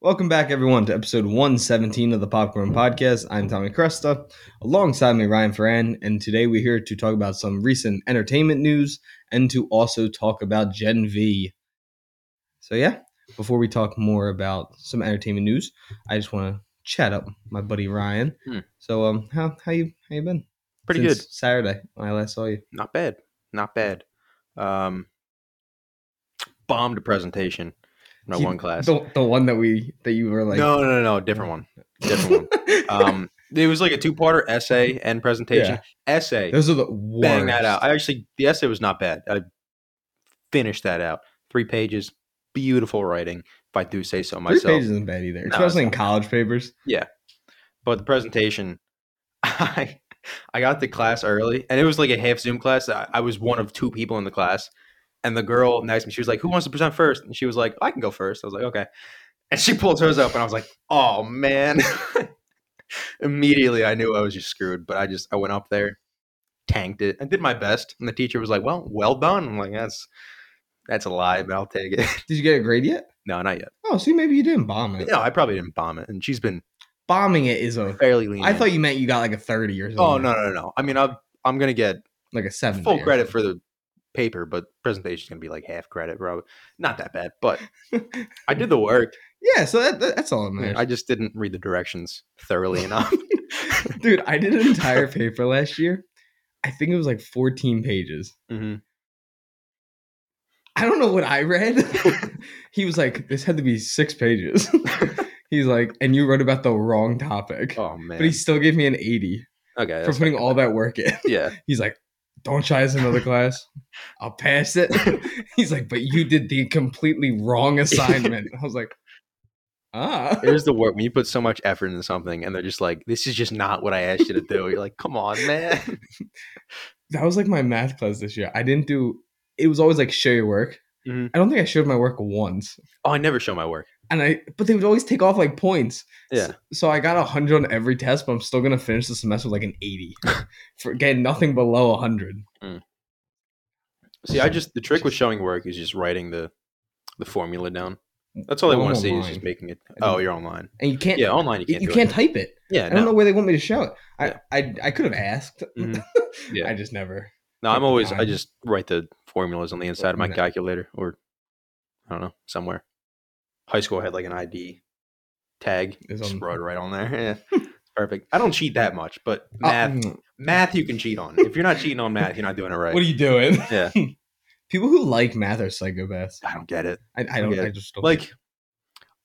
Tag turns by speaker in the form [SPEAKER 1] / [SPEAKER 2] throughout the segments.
[SPEAKER 1] Welcome back, everyone, to episode 117 of the Popcorn Podcast. I'm Tommy Cresta, alongside me, Ryan Ferran, and today we're here to talk about some recent entertainment news and to also talk about Gen V. So, yeah, before we talk more about some entertainment news, I just want to chat up my buddy Ryan.
[SPEAKER 2] Hmm.
[SPEAKER 1] So, um, how how you how you been?
[SPEAKER 2] Pretty
[SPEAKER 1] Since
[SPEAKER 2] good.
[SPEAKER 1] Saturday when I last saw you.
[SPEAKER 2] Not bad. Not bad. Um, bombed a presentation in our
[SPEAKER 1] You-
[SPEAKER 2] one class. No,
[SPEAKER 1] the, the one that we that you were like
[SPEAKER 2] no, no, no, different one. Different one. Um, it was like a two-parter essay and presentation.
[SPEAKER 1] Yeah.
[SPEAKER 2] Essay,
[SPEAKER 1] Those are the worst.
[SPEAKER 2] bang that out. I actually the essay was not bad. I finished that out. Three pages, beautiful writing. If I do say so myself.
[SPEAKER 1] Three pages isn't bad either,
[SPEAKER 2] No,
[SPEAKER 1] especially
[SPEAKER 2] it's
[SPEAKER 1] in college papers.
[SPEAKER 2] But the presentation, I I got to class early, and it was like a half Zoom class. I, I was one of two people in the class, and the girl next to me, she was like, "Who wants to present first? And she was like, "Oh, "I can go first. I was like, "Okay," and she pulled hers up, and I was like, "Oh man!" Immediately, I knew I was just screwed. But I just I went up there, tanked it, and did my best. And the teacher was like, "Well, well done." I'm like, "That's that's a lie, but I'll take it."
[SPEAKER 1] Did you get a grade yet?
[SPEAKER 2] no, not yet.
[SPEAKER 1] Oh, see, maybe you didn't bomb it.
[SPEAKER 2] No, I probably didn't bomb it, and she's been
[SPEAKER 1] Bombing it is a.
[SPEAKER 2] fairly lean.
[SPEAKER 1] I thought you meant you got like a thirty or something.
[SPEAKER 2] Oh no no no! I mean, I'm I'm gonna get
[SPEAKER 1] like a seven.
[SPEAKER 2] full credit for the paper, but presentation's gonna be like half credit, bro. Not that bad, but I did the work.
[SPEAKER 1] yeah, so that, that- that's all that matters.
[SPEAKER 2] I just didn't read the directions thoroughly enough.
[SPEAKER 1] Dude, I did an entire paper last year. I think it was like fourteen pages.
[SPEAKER 2] Mhm.
[SPEAKER 1] I don't know what I read. he was like, "This had to be six pages." He's like, "And you wrote about the wrong topic."
[SPEAKER 2] Oh man.
[SPEAKER 1] But he still gave me an 80
[SPEAKER 2] okay.
[SPEAKER 1] for
[SPEAKER 2] that's-
[SPEAKER 1] putting all that work in.
[SPEAKER 2] yeah.
[SPEAKER 1] He's like, don't try this in another class. I'll pass it. He's like, but you did the completely wrong assignment. I was like, ah.
[SPEAKER 2] It is the work when you put so much effort into something and they're just like, this is just not what I asked you to do. You're like, come on, man.
[SPEAKER 1] That was like my math class this year. I didn't do, it was always like, show your work.
[SPEAKER 2] Mhm.
[SPEAKER 1] I don't think I showed my work once.
[SPEAKER 2] Oh, I never show my work.
[SPEAKER 1] And I, but they would always take off like points.
[SPEAKER 2] Yeah.
[SPEAKER 1] So, so I got a 100 on every test, but I'm still going to finish the semester with like an 80 for getting nothing below 100.
[SPEAKER 2] See, I just the trick with showing work is just writing the the formula down. That's all they
[SPEAKER 1] I'm
[SPEAKER 2] want to see is just
[SPEAKER 1] online.
[SPEAKER 2] making it.
[SPEAKER 1] I
[SPEAKER 2] Oh,
[SPEAKER 1] don't-
[SPEAKER 2] you're online.
[SPEAKER 1] And you can't,
[SPEAKER 2] Yeah, online you can't.
[SPEAKER 1] you
[SPEAKER 2] do
[SPEAKER 1] can't
[SPEAKER 2] It.
[SPEAKER 1] type it.
[SPEAKER 2] Yeah,
[SPEAKER 1] I don't
[SPEAKER 2] no.
[SPEAKER 1] know where they want me to show it. I,
[SPEAKER 2] Yeah.
[SPEAKER 1] I, I could have asked.
[SPEAKER 2] Mhm. Yeah.
[SPEAKER 1] I just never.
[SPEAKER 2] No,
[SPEAKER 1] Take
[SPEAKER 2] I'm
[SPEAKER 1] the
[SPEAKER 2] always I
[SPEAKER 1] time.
[SPEAKER 2] just write the formulas on the inside of my
[SPEAKER 1] No.
[SPEAKER 2] calculator or I don't know, somewhere. High school I had like an ID tag.
[SPEAKER 1] Is
[SPEAKER 2] Just
[SPEAKER 1] on-
[SPEAKER 2] wrote it right on there. Yeah. Perfect. I don't cheat that much, but
[SPEAKER 1] Oh,
[SPEAKER 2] math
[SPEAKER 1] mm,
[SPEAKER 2] math you can cheat on. If you're not cheating on math, you're not doing it right.
[SPEAKER 1] What are you doing?
[SPEAKER 2] Yeah.
[SPEAKER 1] People who like math are psychopaths.
[SPEAKER 2] I don't get it.
[SPEAKER 1] I, I don't.
[SPEAKER 2] Yeah.
[SPEAKER 1] I just don't.
[SPEAKER 2] Like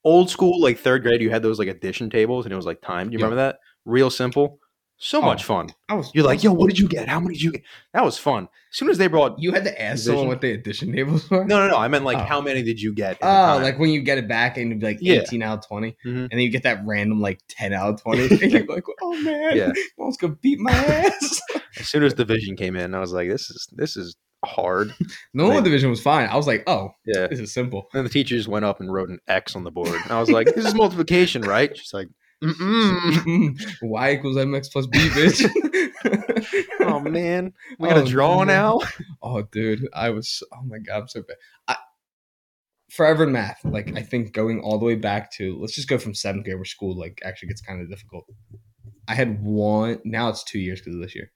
[SPEAKER 2] old school, like third grade, you had those like addition tables and it was like time. Do you
[SPEAKER 1] Yeah.
[SPEAKER 2] remember that? Real simple. So
[SPEAKER 1] Oh.
[SPEAKER 2] much fun.
[SPEAKER 1] I was.
[SPEAKER 2] You're like, yo, what did you get? How many did you get? That was fun. As soon as they brought
[SPEAKER 1] you had to ask someone
[SPEAKER 2] Division?
[SPEAKER 1] what the addition tables were.
[SPEAKER 2] No, no, no. I meant like
[SPEAKER 1] Oh.
[SPEAKER 2] how many did you get? in the
[SPEAKER 1] Oh,
[SPEAKER 2] time?
[SPEAKER 1] like when you get it back and it'd be like
[SPEAKER 2] Yeah.
[SPEAKER 1] eighteen out of 20
[SPEAKER 2] Mhm.
[SPEAKER 1] and then you get that random like ten out of twenty, and you're like, "Oh man,
[SPEAKER 2] Yeah.
[SPEAKER 1] mom's gonna beat my ass."
[SPEAKER 2] As soon as division came in, I was like, "This is this is hard."
[SPEAKER 1] Normal
[SPEAKER 2] Like-
[SPEAKER 1] division was fine. I was like, "Oh,
[SPEAKER 2] Yeah.
[SPEAKER 1] this is simple."
[SPEAKER 2] And the teacher just went up and wrote an X on the board. And I was like, "This is multiplication, right?" She's like, Mm-mm.
[SPEAKER 1] Mm, y equals mx plus b, bitch.
[SPEAKER 2] "Oh man, we gotta
[SPEAKER 1] Oh,
[SPEAKER 2] draw
[SPEAKER 1] no.
[SPEAKER 2] now."
[SPEAKER 1] Oh, dude, I was. Oh my god, I'm so bad. I, forever math. Like I think going all the way back to let's just go from seventh grade where school like actually gets kind of difficult. I had one. Now it's two years because of this year.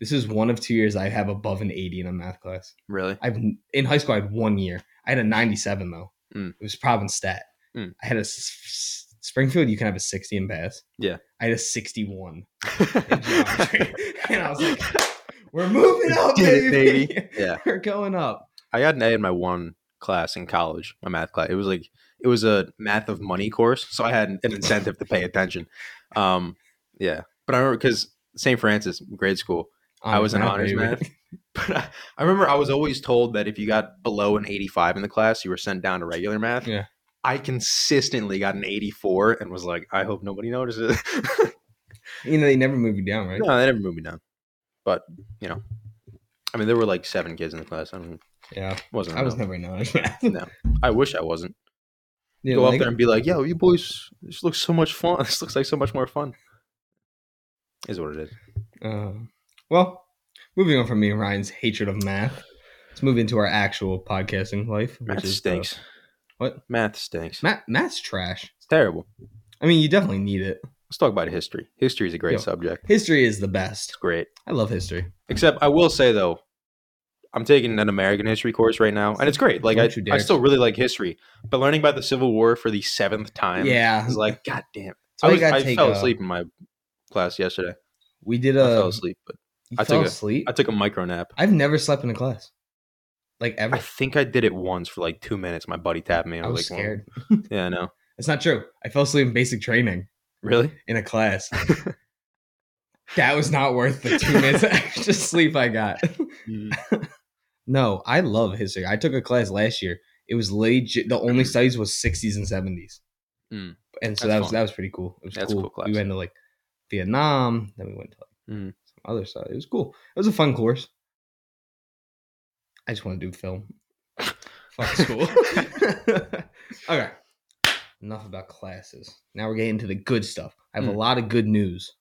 [SPEAKER 1] This is one of two years I have above an 80 in a math class.
[SPEAKER 2] Really?
[SPEAKER 1] I've in high school I had one year. I had a 97 though.
[SPEAKER 2] Mm.
[SPEAKER 1] It was province stat.
[SPEAKER 2] Mm.
[SPEAKER 1] I had a s- s- Springfield. You can have a 60 in pass.
[SPEAKER 2] Yeah.
[SPEAKER 1] I had a 61 in geometry, and I was like, "We're moving up,
[SPEAKER 2] did it,
[SPEAKER 1] baby.
[SPEAKER 2] Yeah.
[SPEAKER 1] we're going up."
[SPEAKER 2] I got an A in my one class in college, my math class. It was like it was a math of money course, so I had an incentive to pay attention. Um, yeah, but I remember because St. Francis grade school, I was an honors math. But I, I remember I was always told that if you got below an 85 in the class, you were sent down to regular math.
[SPEAKER 1] Yeah.
[SPEAKER 2] I consistently got an 84 and was like, I hope nobody notices.
[SPEAKER 1] You know, they never move you down, right?
[SPEAKER 2] no, they never moved me down. But, you know, I mean, there were like seven kids in the class. I don't,
[SPEAKER 1] Yeah,
[SPEAKER 2] wasn't.
[SPEAKER 1] I was
[SPEAKER 2] enough.
[SPEAKER 1] never an honors math.
[SPEAKER 2] No. I wish I wasn't.
[SPEAKER 1] You
[SPEAKER 2] Go
[SPEAKER 1] know,
[SPEAKER 2] up
[SPEAKER 1] like-
[SPEAKER 2] there and be like, yo, you boys, this looks so much fun. This looks like so much more fun. Is what it is.
[SPEAKER 1] uh, well, moving on from me and Ryan's hatred of math, let's move into our actual podcasting life. Which
[SPEAKER 2] Math
[SPEAKER 1] is, uh,
[SPEAKER 2] stinks.
[SPEAKER 1] what?
[SPEAKER 2] Math stinks.
[SPEAKER 1] ma- math's trash.
[SPEAKER 2] It's terrible.
[SPEAKER 1] I mean, you definitely need it.
[SPEAKER 2] Let's talk about history. History is a great
[SPEAKER 1] Yeah.
[SPEAKER 2] subject.
[SPEAKER 1] History is the best.
[SPEAKER 2] It's great.
[SPEAKER 1] I love history.
[SPEAKER 2] Except I will say though, I'm taking an American history course right now, and it's great. Like I,
[SPEAKER 1] Don't you dare.
[SPEAKER 2] I still really like history, but learning about the Civil War for the seventh time,
[SPEAKER 1] yeah.
[SPEAKER 2] is like God damn.
[SPEAKER 1] So
[SPEAKER 2] I,
[SPEAKER 1] we
[SPEAKER 2] was,
[SPEAKER 1] gotta
[SPEAKER 2] I
[SPEAKER 1] take uh,
[SPEAKER 2] fell
[SPEAKER 1] a-
[SPEAKER 2] asleep in my class yesterday.
[SPEAKER 1] We did
[SPEAKER 2] I fell
[SPEAKER 1] a.
[SPEAKER 2] asleep, but
[SPEAKER 1] You
[SPEAKER 2] I
[SPEAKER 1] fell
[SPEAKER 2] took a-
[SPEAKER 1] asleep.
[SPEAKER 2] I took a micro nap.
[SPEAKER 1] I've never slept in a class, like ever.
[SPEAKER 2] I
[SPEAKER 1] I,
[SPEAKER 2] think I did it once for like two minutes. My buddy tapped me. I
[SPEAKER 1] was
[SPEAKER 2] was, like, well,
[SPEAKER 1] scared.
[SPEAKER 2] Yeah, I know.
[SPEAKER 1] It's not true. I fell asleep in basic training
[SPEAKER 2] Really?
[SPEAKER 1] in a class. that was not worth the two minutes of extra sleep I got. Mm-hmm.
[SPEAKER 2] Mm-hmm.
[SPEAKER 1] No, I love history. I took a class last year. It was legit. The only studies was 60s and 70s,
[SPEAKER 2] Mm.
[SPEAKER 1] and so
[SPEAKER 2] That's
[SPEAKER 1] that was
[SPEAKER 2] fun.
[SPEAKER 1] that was pretty cool. It was
[SPEAKER 2] That's a
[SPEAKER 1] cool.
[SPEAKER 2] cool class.
[SPEAKER 1] We went to like Vietnam, then we went to like
[SPEAKER 2] Mm.
[SPEAKER 1] some other stuff. It was cool. It was a fun course. I just want to do film. Fuck school. okay. Enough about classes. Now we're getting to the good stuff. I have a
[SPEAKER 2] Mm.
[SPEAKER 1] lot of good news.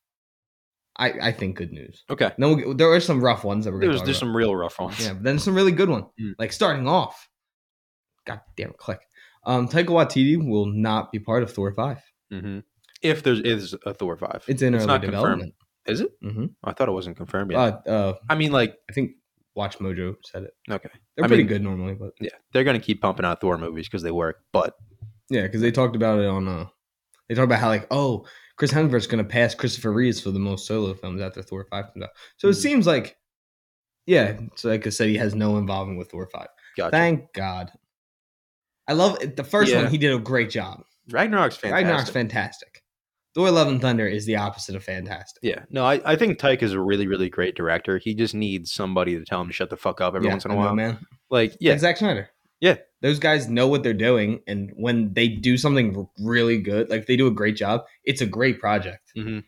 [SPEAKER 1] I I think good news.
[SPEAKER 2] Okay.
[SPEAKER 1] No, we'll get, there are some rough ones that we're
[SPEAKER 2] There
[SPEAKER 1] going to
[SPEAKER 2] was
[SPEAKER 1] talk
[SPEAKER 2] there's
[SPEAKER 1] about.
[SPEAKER 2] some real rough ones.
[SPEAKER 1] Yeah, but then some really good one.
[SPEAKER 2] Mm.
[SPEAKER 1] Like starting off. God damn it, click. Um, Taika Waititi will not be part of Thor 5.
[SPEAKER 2] hmm If there is a Thor five,
[SPEAKER 1] It's in
[SPEAKER 2] It's
[SPEAKER 1] early
[SPEAKER 2] not confirmed.
[SPEAKER 1] development.
[SPEAKER 2] is it?
[SPEAKER 1] hmm
[SPEAKER 2] I thought it wasn't confirmed yet.
[SPEAKER 1] Uh, uh,
[SPEAKER 2] I mean, like,
[SPEAKER 1] I think Watch Mojo said it.
[SPEAKER 2] okay,
[SPEAKER 1] They're
[SPEAKER 2] I
[SPEAKER 1] pretty
[SPEAKER 2] mean-
[SPEAKER 1] good normally, but
[SPEAKER 2] yeah, they're gonna keep pumping out Thor movies because they work. But
[SPEAKER 1] yeah, because they talked about it on. Uh, they talked about how like oh, Chris Hemsworth's gonna pass Christopher Reeves for the most solo films after Thor Five comes out. So it
[SPEAKER 2] Mhm.
[SPEAKER 1] seems like, yeah, so like I said, he has no involvement with Thor Five.
[SPEAKER 2] gotcha.
[SPEAKER 1] Thank God. I love it. the first
[SPEAKER 2] Yeah.
[SPEAKER 1] one. He did a great job.
[SPEAKER 2] Ragnarok's fantastic.
[SPEAKER 1] Ragnarok's fantastic. Thor: Love and Thunder is the opposite of fantastic.
[SPEAKER 2] yeah, no, I, I think Tyke is a really, really great director. He just needs somebody to tell him to shut the fuck up every
[SPEAKER 1] Yeah,
[SPEAKER 2] once in a
[SPEAKER 1] I know,
[SPEAKER 2] while.
[SPEAKER 1] man.
[SPEAKER 2] Like,
[SPEAKER 1] Yeah,
[SPEAKER 2] yeah,
[SPEAKER 1] Zack Snyder.
[SPEAKER 2] Yeah.
[SPEAKER 1] those guys know what they're doing, and when they do something r- really good, like they do a great job, it's a great project.
[SPEAKER 2] Mhm.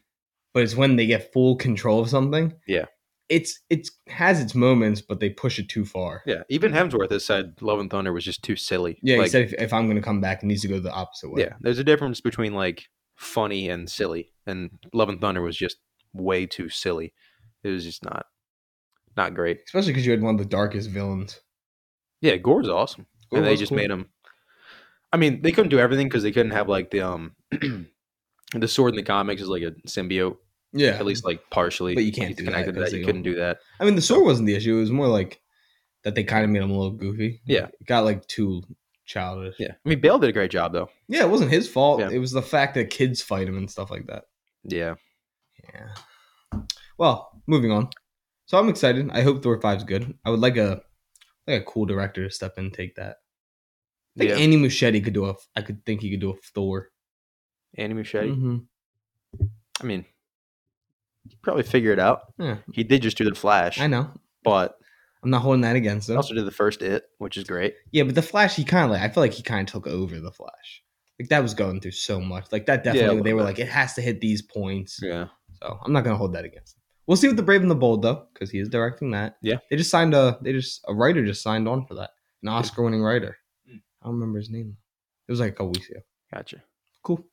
[SPEAKER 1] But it's when they get full control of something.
[SPEAKER 2] Yeah.
[SPEAKER 1] it's it's has its moments, but they push it too far.
[SPEAKER 2] yeah. Even Hemsworth has said Love and Thunder was just too silly.
[SPEAKER 1] Yeah,
[SPEAKER 2] like,
[SPEAKER 1] he said if, if I'm going to come back, it needs to go the opposite way.
[SPEAKER 2] yeah. There's a difference between like funny and silly, and Love and Thunder was just way too silly. It was just not, not great.
[SPEAKER 1] especially because you had one of the darkest villains.
[SPEAKER 2] Yeah, Gore's awesome.
[SPEAKER 1] Gore
[SPEAKER 2] and they
[SPEAKER 1] was
[SPEAKER 2] just
[SPEAKER 1] cool.
[SPEAKER 2] made him. I mean, they couldn't do everything because they couldn't have like the um, the sword in the comics is like a symbiote,
[SPEAKER 1] yeah,
[SPEAKER 2] at least like partially.
[SPEAKER 1] But you can't
[SPEAKER 2] it's
[SPEAKER 1] do that,
[SPEAKER 2] connected to
[SPEAKER 1] that's
[SPEAKER 2] that. You
[SPEAKER 1] illegal.
[SPEAKER 2] couldn't do that.
[SPEAKER 1] I mean, the sword wasn't the issue. It was more like that they kind of made him a little goofy.
[SPEAKER 2] Yeah.
[SPEAKER 1] It got like too childish.
[SPEAKER 2] Yeah, I mean, Bale did a great job though.
[SPEAKER 1] Yeah, it wasn't his fault.
[SPEAKER 2] Yeah.
[SPEAKER 1] It was the fact that kids fight him and stuff like that.
[SPEAKER 2] Yeah,
[SPEAKER 1] Yeah. Well, moving on. So I'm excited. I hope Thor 5's good. I would like a like a cool director to step in and take that. I think
[SPEAKER 2] yeah.
[SPEAKER 1] Andy Muschietti could do a. I could think he could do a Thor.
[SPEAKER 2] Andy Muschietti.
[SPEAKER 1] Mhm.
[SPEAKER 2] I mean, you probably figure it out.
[SPEAKER 1] Yeah.
[SPEAKER 2] He did just do the Flash,
[SPEAKER 1] I know.
[SPEAKER 2] but
[SPEAKER 1] I'm not holding that against
[SPEAKER 2] he
[SPEAKER 1] him.
[SPEAKER 2] also did the first It, which is great.
[SPEAKER 1] Yeah, but the Flash, he kind of like I feel like he kind of took over the Flash. Like that was going through so much. Like that
[SPEAKER 2] Yeah, a
[SPEAKER 1] definitely they
[SPEAKER 2] little
[SPEAKER 1] were like
[SPEAKER 2] bit.
[SPEAKER 1] it has to hit these points.
[SPEAKER 2] Yeah,
[SPEAKER 1] So I'm not gonna hold that against him. We'll see with the Brave and the Bold though, because he is directing that.
[SPEAKER 2] Yeah.
[SPEAKER 1] they just signed a they just a writer just signed on for that, an Oscar winning writer.
[SPEAKER 2] Mm.
[SPEAKER 1] I don't remember his name. It was like a couple weeks ago.
[SPEAKER 2] gotcha.
[SPEAKER 1] Cool.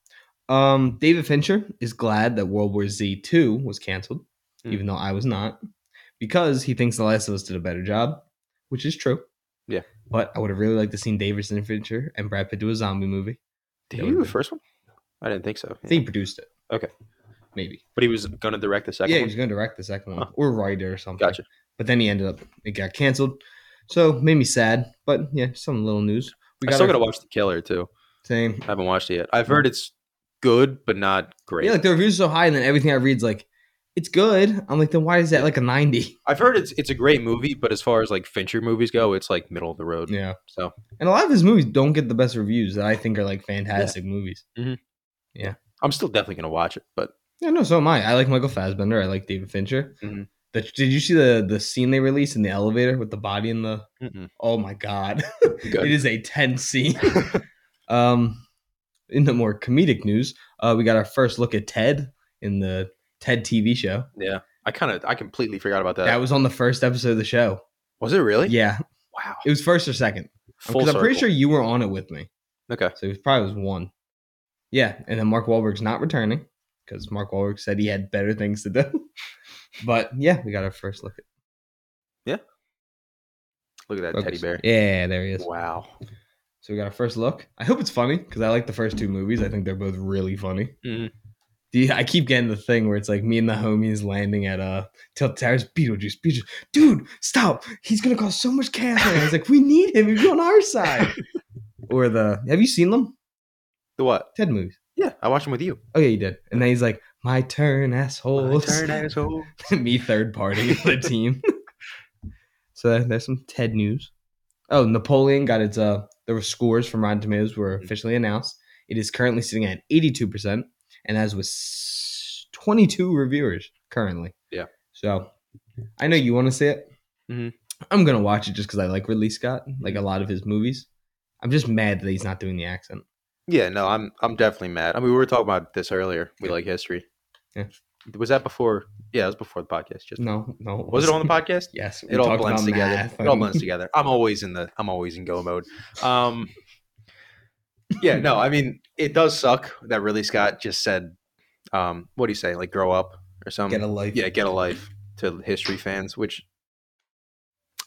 [SPEAKER 1] Um, David Fincher is glad that World War Z two was canceled,
[SPEAKER 2] Mm.
[SPEAKER 1] even though I was not, because he thinks The Last of Us did a better job, which is true.
[SPEAKER 2] Yeah.
[SPEAKER 1] But I would have really liked to seen Davidson Fincher and Brad Pitt do a zombie movie.
[SPEAKER 2] Did
[SPEAKER 1] That
[SPEAKER 2] he do
[SPEAKER 1] would've
[SPEAKER 2] the
[SPEAKER 1] been-
[SPEAKER 2] first one? I didn't think so.
[SPEAKER 1] I think he produced it.
[SPEAKER 2] Okay.
[SPEAKER 1] Maybe.
[SPEAKER 2] but he was gonna direct the second
[SPEAKER 1] Yeah, he
[SPEAKER 2] one.
[SPEAKER 1] was going to direct the second one
[SPEAKER 2] Huh.
[SPEAKER 1] or write it or something.
[SPEAKER 2] Gotcha.
[SPEAKER 1] But then he ended up it got canceled, so made me sad. But yeah, some little news. We
[SPEAKER 2] I still
[SPEAKER 1] our
[SPEAKER 2] gotta Mm-hmm. watch The Killer too.
[SPEAKER 1] same.
[SPEAKER 2] I haven't watched it yet. I've heard it's good, but not great.
[SPEAKER 1] Yeah, like the reviews are so high, and then everything I read's like, it's good. I'm like, then why is that like a ninety?
[SPEAKER 2] I've heard it's it's a great movie, but as far as like Fincher movies go, it's like middle of the road.
[SPEAKER 1] Yeah,
[SPEAKER 2] So
[SPEAKER 1] and a lot of his movies don't get the best reviews that I think are like fantastic movies.
[SPEAKER 2] I'm still definitely gonna watch it. But
[SPEAKER 1] Yeah, no, so am I. I like Michael Fassbender. I like David Fincher.
[SPEAKER 2] Mhm.
[SPEAKER 1] The, did you see the the scene they released in the elevator with the body in the?
[SPEAKER 2] mm-mm,
[SPEAKER 1] Oh my god.
[SPEAKER 2] good.
[SPEAKER 1] It is a tense scene. um, in the more comedic news, uh, we got our first look at Ted in the Ted TV show.
[SPEAKER 2] yeah, I kind of I completely forgot about that.
[SPEAKER 1] That was on the first episode of the show.
[SPEAKER 2] was it Uh. really?
[SPEAKER 1] Yeah,
[SPEAKER 2] Wow.
[SPEAKER 1] it was first or second
[SPEAKER 2] Full
[SPEAKER 1] because I'm pretty sure
[SPEAKER 2] circle.
[SPEAKER 1] you were on it with me.
[SPEAKER 2] Okay.
[SPEAKER 1] So it was probably was one. Yeah, and then Mark Wahlberg's not returning because Mark Wahlberg said he had better things to do. but yeah, we got our first look at
[SPEAKER 2] Look at that teddy bear.
[SPEAKER 1] Yeah, there he is.
[SPEAKER 2] Wow.
[SPEAKER 1] So we got a first look. I hope it's funny because I like the first two movies. I think they're both really funny.
[SPEAKER 2] Mhm.
[SPEAKER 1] The, I keep getting the thing where it's like me and the homies landing at uh Tilt Towers, Beetlejuice, Beetlejuice. Dude, stop! He's gonna cause so much chaos. I was like, we need him. He's on our side. or the Have you seen them?
[SPEAKER 2] The what?
[SPEAKER 1] Ted movies.
[SPEAKER 2] Yeah, I watched them with you.
[SPEAKER 1] Oh yeah, you did. And then he's like, my turn, asshole.
[SPEAKER 2] asshole.
[SPEAKER 1] me third party of the team. so there's some Ted news. Oh, Napoleon got its uh the scores from Rotten Tomatoes were
[SPEAKER 2] Mm-hmm.
[SPEAKER 1] officially announced. It is currently sitting at 82% and as with s- 22 reviewers currently.
[SPEAKER 2] Yeah.
[SPEAKER 1] So I know you want to see it.
[SPEAKER 2] Mhm.
[SPEAKER 1] I'm going to watch it just cuz I like Ridley Scott, like a
[SPEAKER 2] Mm-hmm.
[SPEAKER 1] lot of his movies. I'm just mad that he's not doing the accent.
[SPEAKER 2] Yeah, no, I'm I'm definitely mad. I mean, we were talking about this earlier. We like history.
[SPEAKER 1] Yeah.
[SPEAKER 2] Was that before? Yeah, it was before the podcast. Just
[SPEAKER 1] No, no.
[SPEAKER 2] was it on the podcast?
[SPEAKER 1] Yes. we
[SPEAKER 2] It all
[SPEAKER 1] talked
[SPEAKER 2] blends
[SPEAKER 1] about
[SPEAKER 2] together.
[SPEAKER 1] math
[SPEAKER 2] It all
[SPEAKER 1] and-
[SPEAKER 2] blends together. I'm always in the I'm always in go mode. Um, yeah, no, I mean it does suck that really Scott just said, um, what do you say, like grow up or something?
[SPEAKER 1] Get a life.
[SPEAKER 2] yeah, get a life to history fans. Which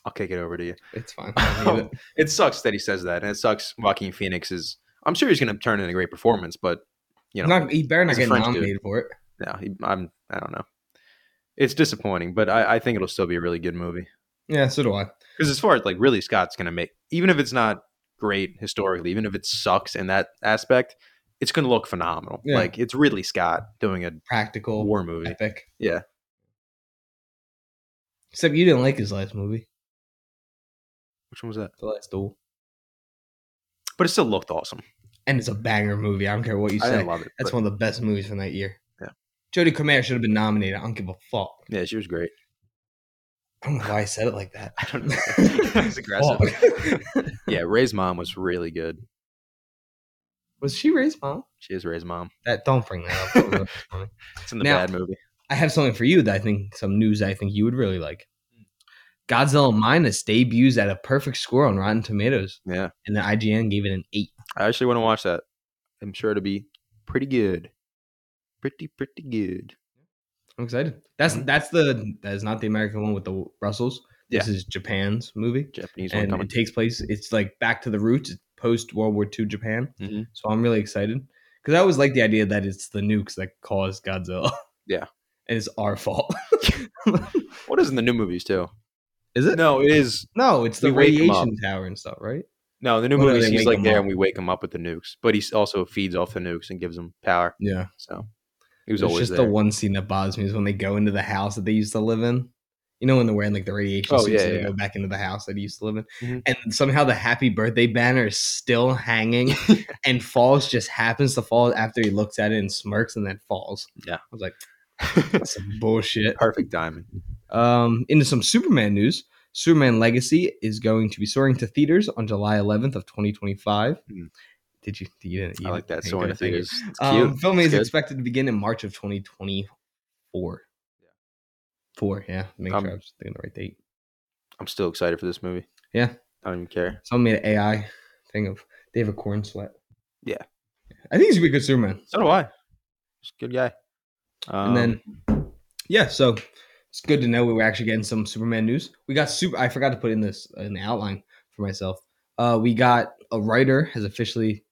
[SPEAKER 2] I'll kick it over to you.
[SPEAKER 1] It's fine. I mean,
[SPEAKER 2] it sucks that he says that, and it sucks. Joaquin Phoenix is. I'm sure he's going to turn in a great performance, but you know,
[SPEAKER 1] not, he better not
[SPEAKER 2] he's a
[SPEAKER 1] get
[SPEAKER 2] French dude.
[SPEAKER 1] nominated for it.
[SPEAKER 2] no, he, I'm. I don't know. It's disappointing, but I, I think it'll still be a really good movie.
[SPEAKER 1] Yeah, so do I.
[SPEAKER 2] Because as far as like really Scott's going to make, even if it's not great historically, even if it sucks in that aspect, it's going to look phenomenal.
[SPEAKER 1] Yeah.
[SPEAKER 2] Like it's Ridley Scott doing a
[SPEAKER 1] Practical,
[SPEAKER 2] war movie.
[SPEAKER 1] epic.
[SPEAKER 2] Yeah.
[SPEAKER 1] Except you didn't like his last movie,
[SPEAKER 2] Which one was that?
[SPEAKER 1] The Last Duel,
[SPEAKER 2] But it still looked awesome.
[SPEAKER 1] and it's a banger movie. I don't care what you
[SPEAKER 2] I
[SPEAKER 1] say.
[SPEAKER 2] didn't love it.
[SPEAKER 1] That's
[SPEAKER 2] but-
[SPEAKER 1] one of the best movies from that year.
[SPEAKER 2] Yeah.
[SPEAKER 1] Jodie Comer should have been nominated. I don't give a fuck.
[SPEAKER 2] Yeah, she was great.
[SPEAKER 1] I don't know why I said it like that.
[SPEAKER 2] I don't know. That was aggressive.
[SPEAKER 1] Fuck.
[SPEAKER 2] Yeah, Ray's mom was really good.
[SPEAKER 1] Was she raised mom?
[SPEAKER 2] She is Ray's mom.
[SPEAKER 1] That don't bring that up.
[SPEAKER 2] It's in the
[SPEAKER 1] Now-
[SPEAKER 2] bad movie.
[SPEAKER 1] I have something for you that I think some news I think you would really like. Godzilla Minus debuts at a perfect score on Rotten Tomatoes,
[SPEAKER 2] Yeah.
[SPEAKER 1] and the IGN gave it an eight.
[SPEAKER 2] I actually want to watch that. I'm sure it'll be pretty good. Pretty, pretty good.
[SPEAKER 1] I'm excited. That's
[SPEAKER 2] Mhm.
[SPEAKER 1] that's the that is not the American one with the Russells. This is Japan's movie,
[SPEAKER 2] Japanese one
[SPEAKER 1] and
[SPEAKER 2] coming.
[SPEAKER 1] it takes place. It's like back to the roots, post World War II Japan.
[SPEAKER 2] Mhm.
[SPEAKER 1] So I'm really excited because I always like the idea that it's the nukes that caused Godzilla.
[SPEAKER 2] Yeah.
[SPEAKER 1] and it's our fault.
[SPEAKER 2] What is in the new movies, too?
[SPEAKER 1] Is it?
[SPEAKER 2] No, it is.
[SPEAKER 1] No, it's the
[SPEAKER 2] We wake 'em up.
[SPEAKER 1] radiation tower and stuff, right?
[SPEAKER 2] No, the new
[SPEAKER 1] Well, no,
[SPEAKER 2] movies,
[SPEAKER 1] they
[SPEAKER 2] he's
[SPEAKER 1] wake
[SPEAKER 2] like
[SPEAKER 1] 'em
[SPEAKER 2] there
[SPEAKER 1] up.
[SPEAKER 2] and we wake him up with the nukes, but he also feeds off the nukes and gives him power.
[SPEAKER 1] Yeah.
[SPEAKER 2] So he was
[SPEAKER 1] It's
[SPEAKER 2] always
[SPEAKER 1] just
[SPEAKER 2] there.
[SPEAKER 1] the one scene that bothers me is when they go into the house that they used to live in. You know when they're wearing like the radiation
[SPEAKER 2] Oh,
[SPEAKER 1] suits
[SPEAKER 2] yeah,
[SPEAKER 1] and they
[SPEAKER 2] yeah.
[SPEAKER 1] go back into the house that he used to live in,
[SPEAKER 2] Mhm.
[SPEAKER 1] and somehow the happy birthday banner is still hanging, and falls just happens to fall after he looks at it and smirks and then falls.
[SPEAKER 2] Yeah.
[SPEAKER 1] I was like, that's some bullshit.
[SPEAKER 2] Perfect diamond.
[SPEAKER 1] Um, into some Superman news. Superman Legacy is going to be soaring to theaters on July 11th of 2025.
[SPEAKER 2] Mm.
[SPEAKER 1] Did you? You didn't. you
[SPEAKER 2] I like
[SPEAKER 1] didn't-
[SPEAKER 2] that sort
[SPEAKER 1] couldn't
[SPEAKER 2] of thing.
[SPEAKER 1] think
[SPEAKER 2] It's it's cute.
[SPEAKER 1] um, filming is
[SPEAKER 2] It's good.
[SPEAKER 1] expected to begin in March of 2024. Four, yeah. Make
[SPEAKER 2] Um,
[SPEAKER 1] sure I was thinking the right date.
[SPEAKER 2] I'm still excited for this movie.
[SPEAKER 1] Yeah.
[SPEAKER 2] I don't even care.
[SPEAKER 1] Someone made an AI thing of David Corn Sweat.
[SPEAKER 2] Yeah.
[SPEAKER 1] I think he's gonna be a good Superman.
[SPEAKER 2] So do I. He's a good guy. Um,
[SPEAKER 1] and then, Um, yeah, so it's good to know we were actually getting some Superman news. We got super. I forgot to put in this an outline for myself. Uh, we got a writer has officially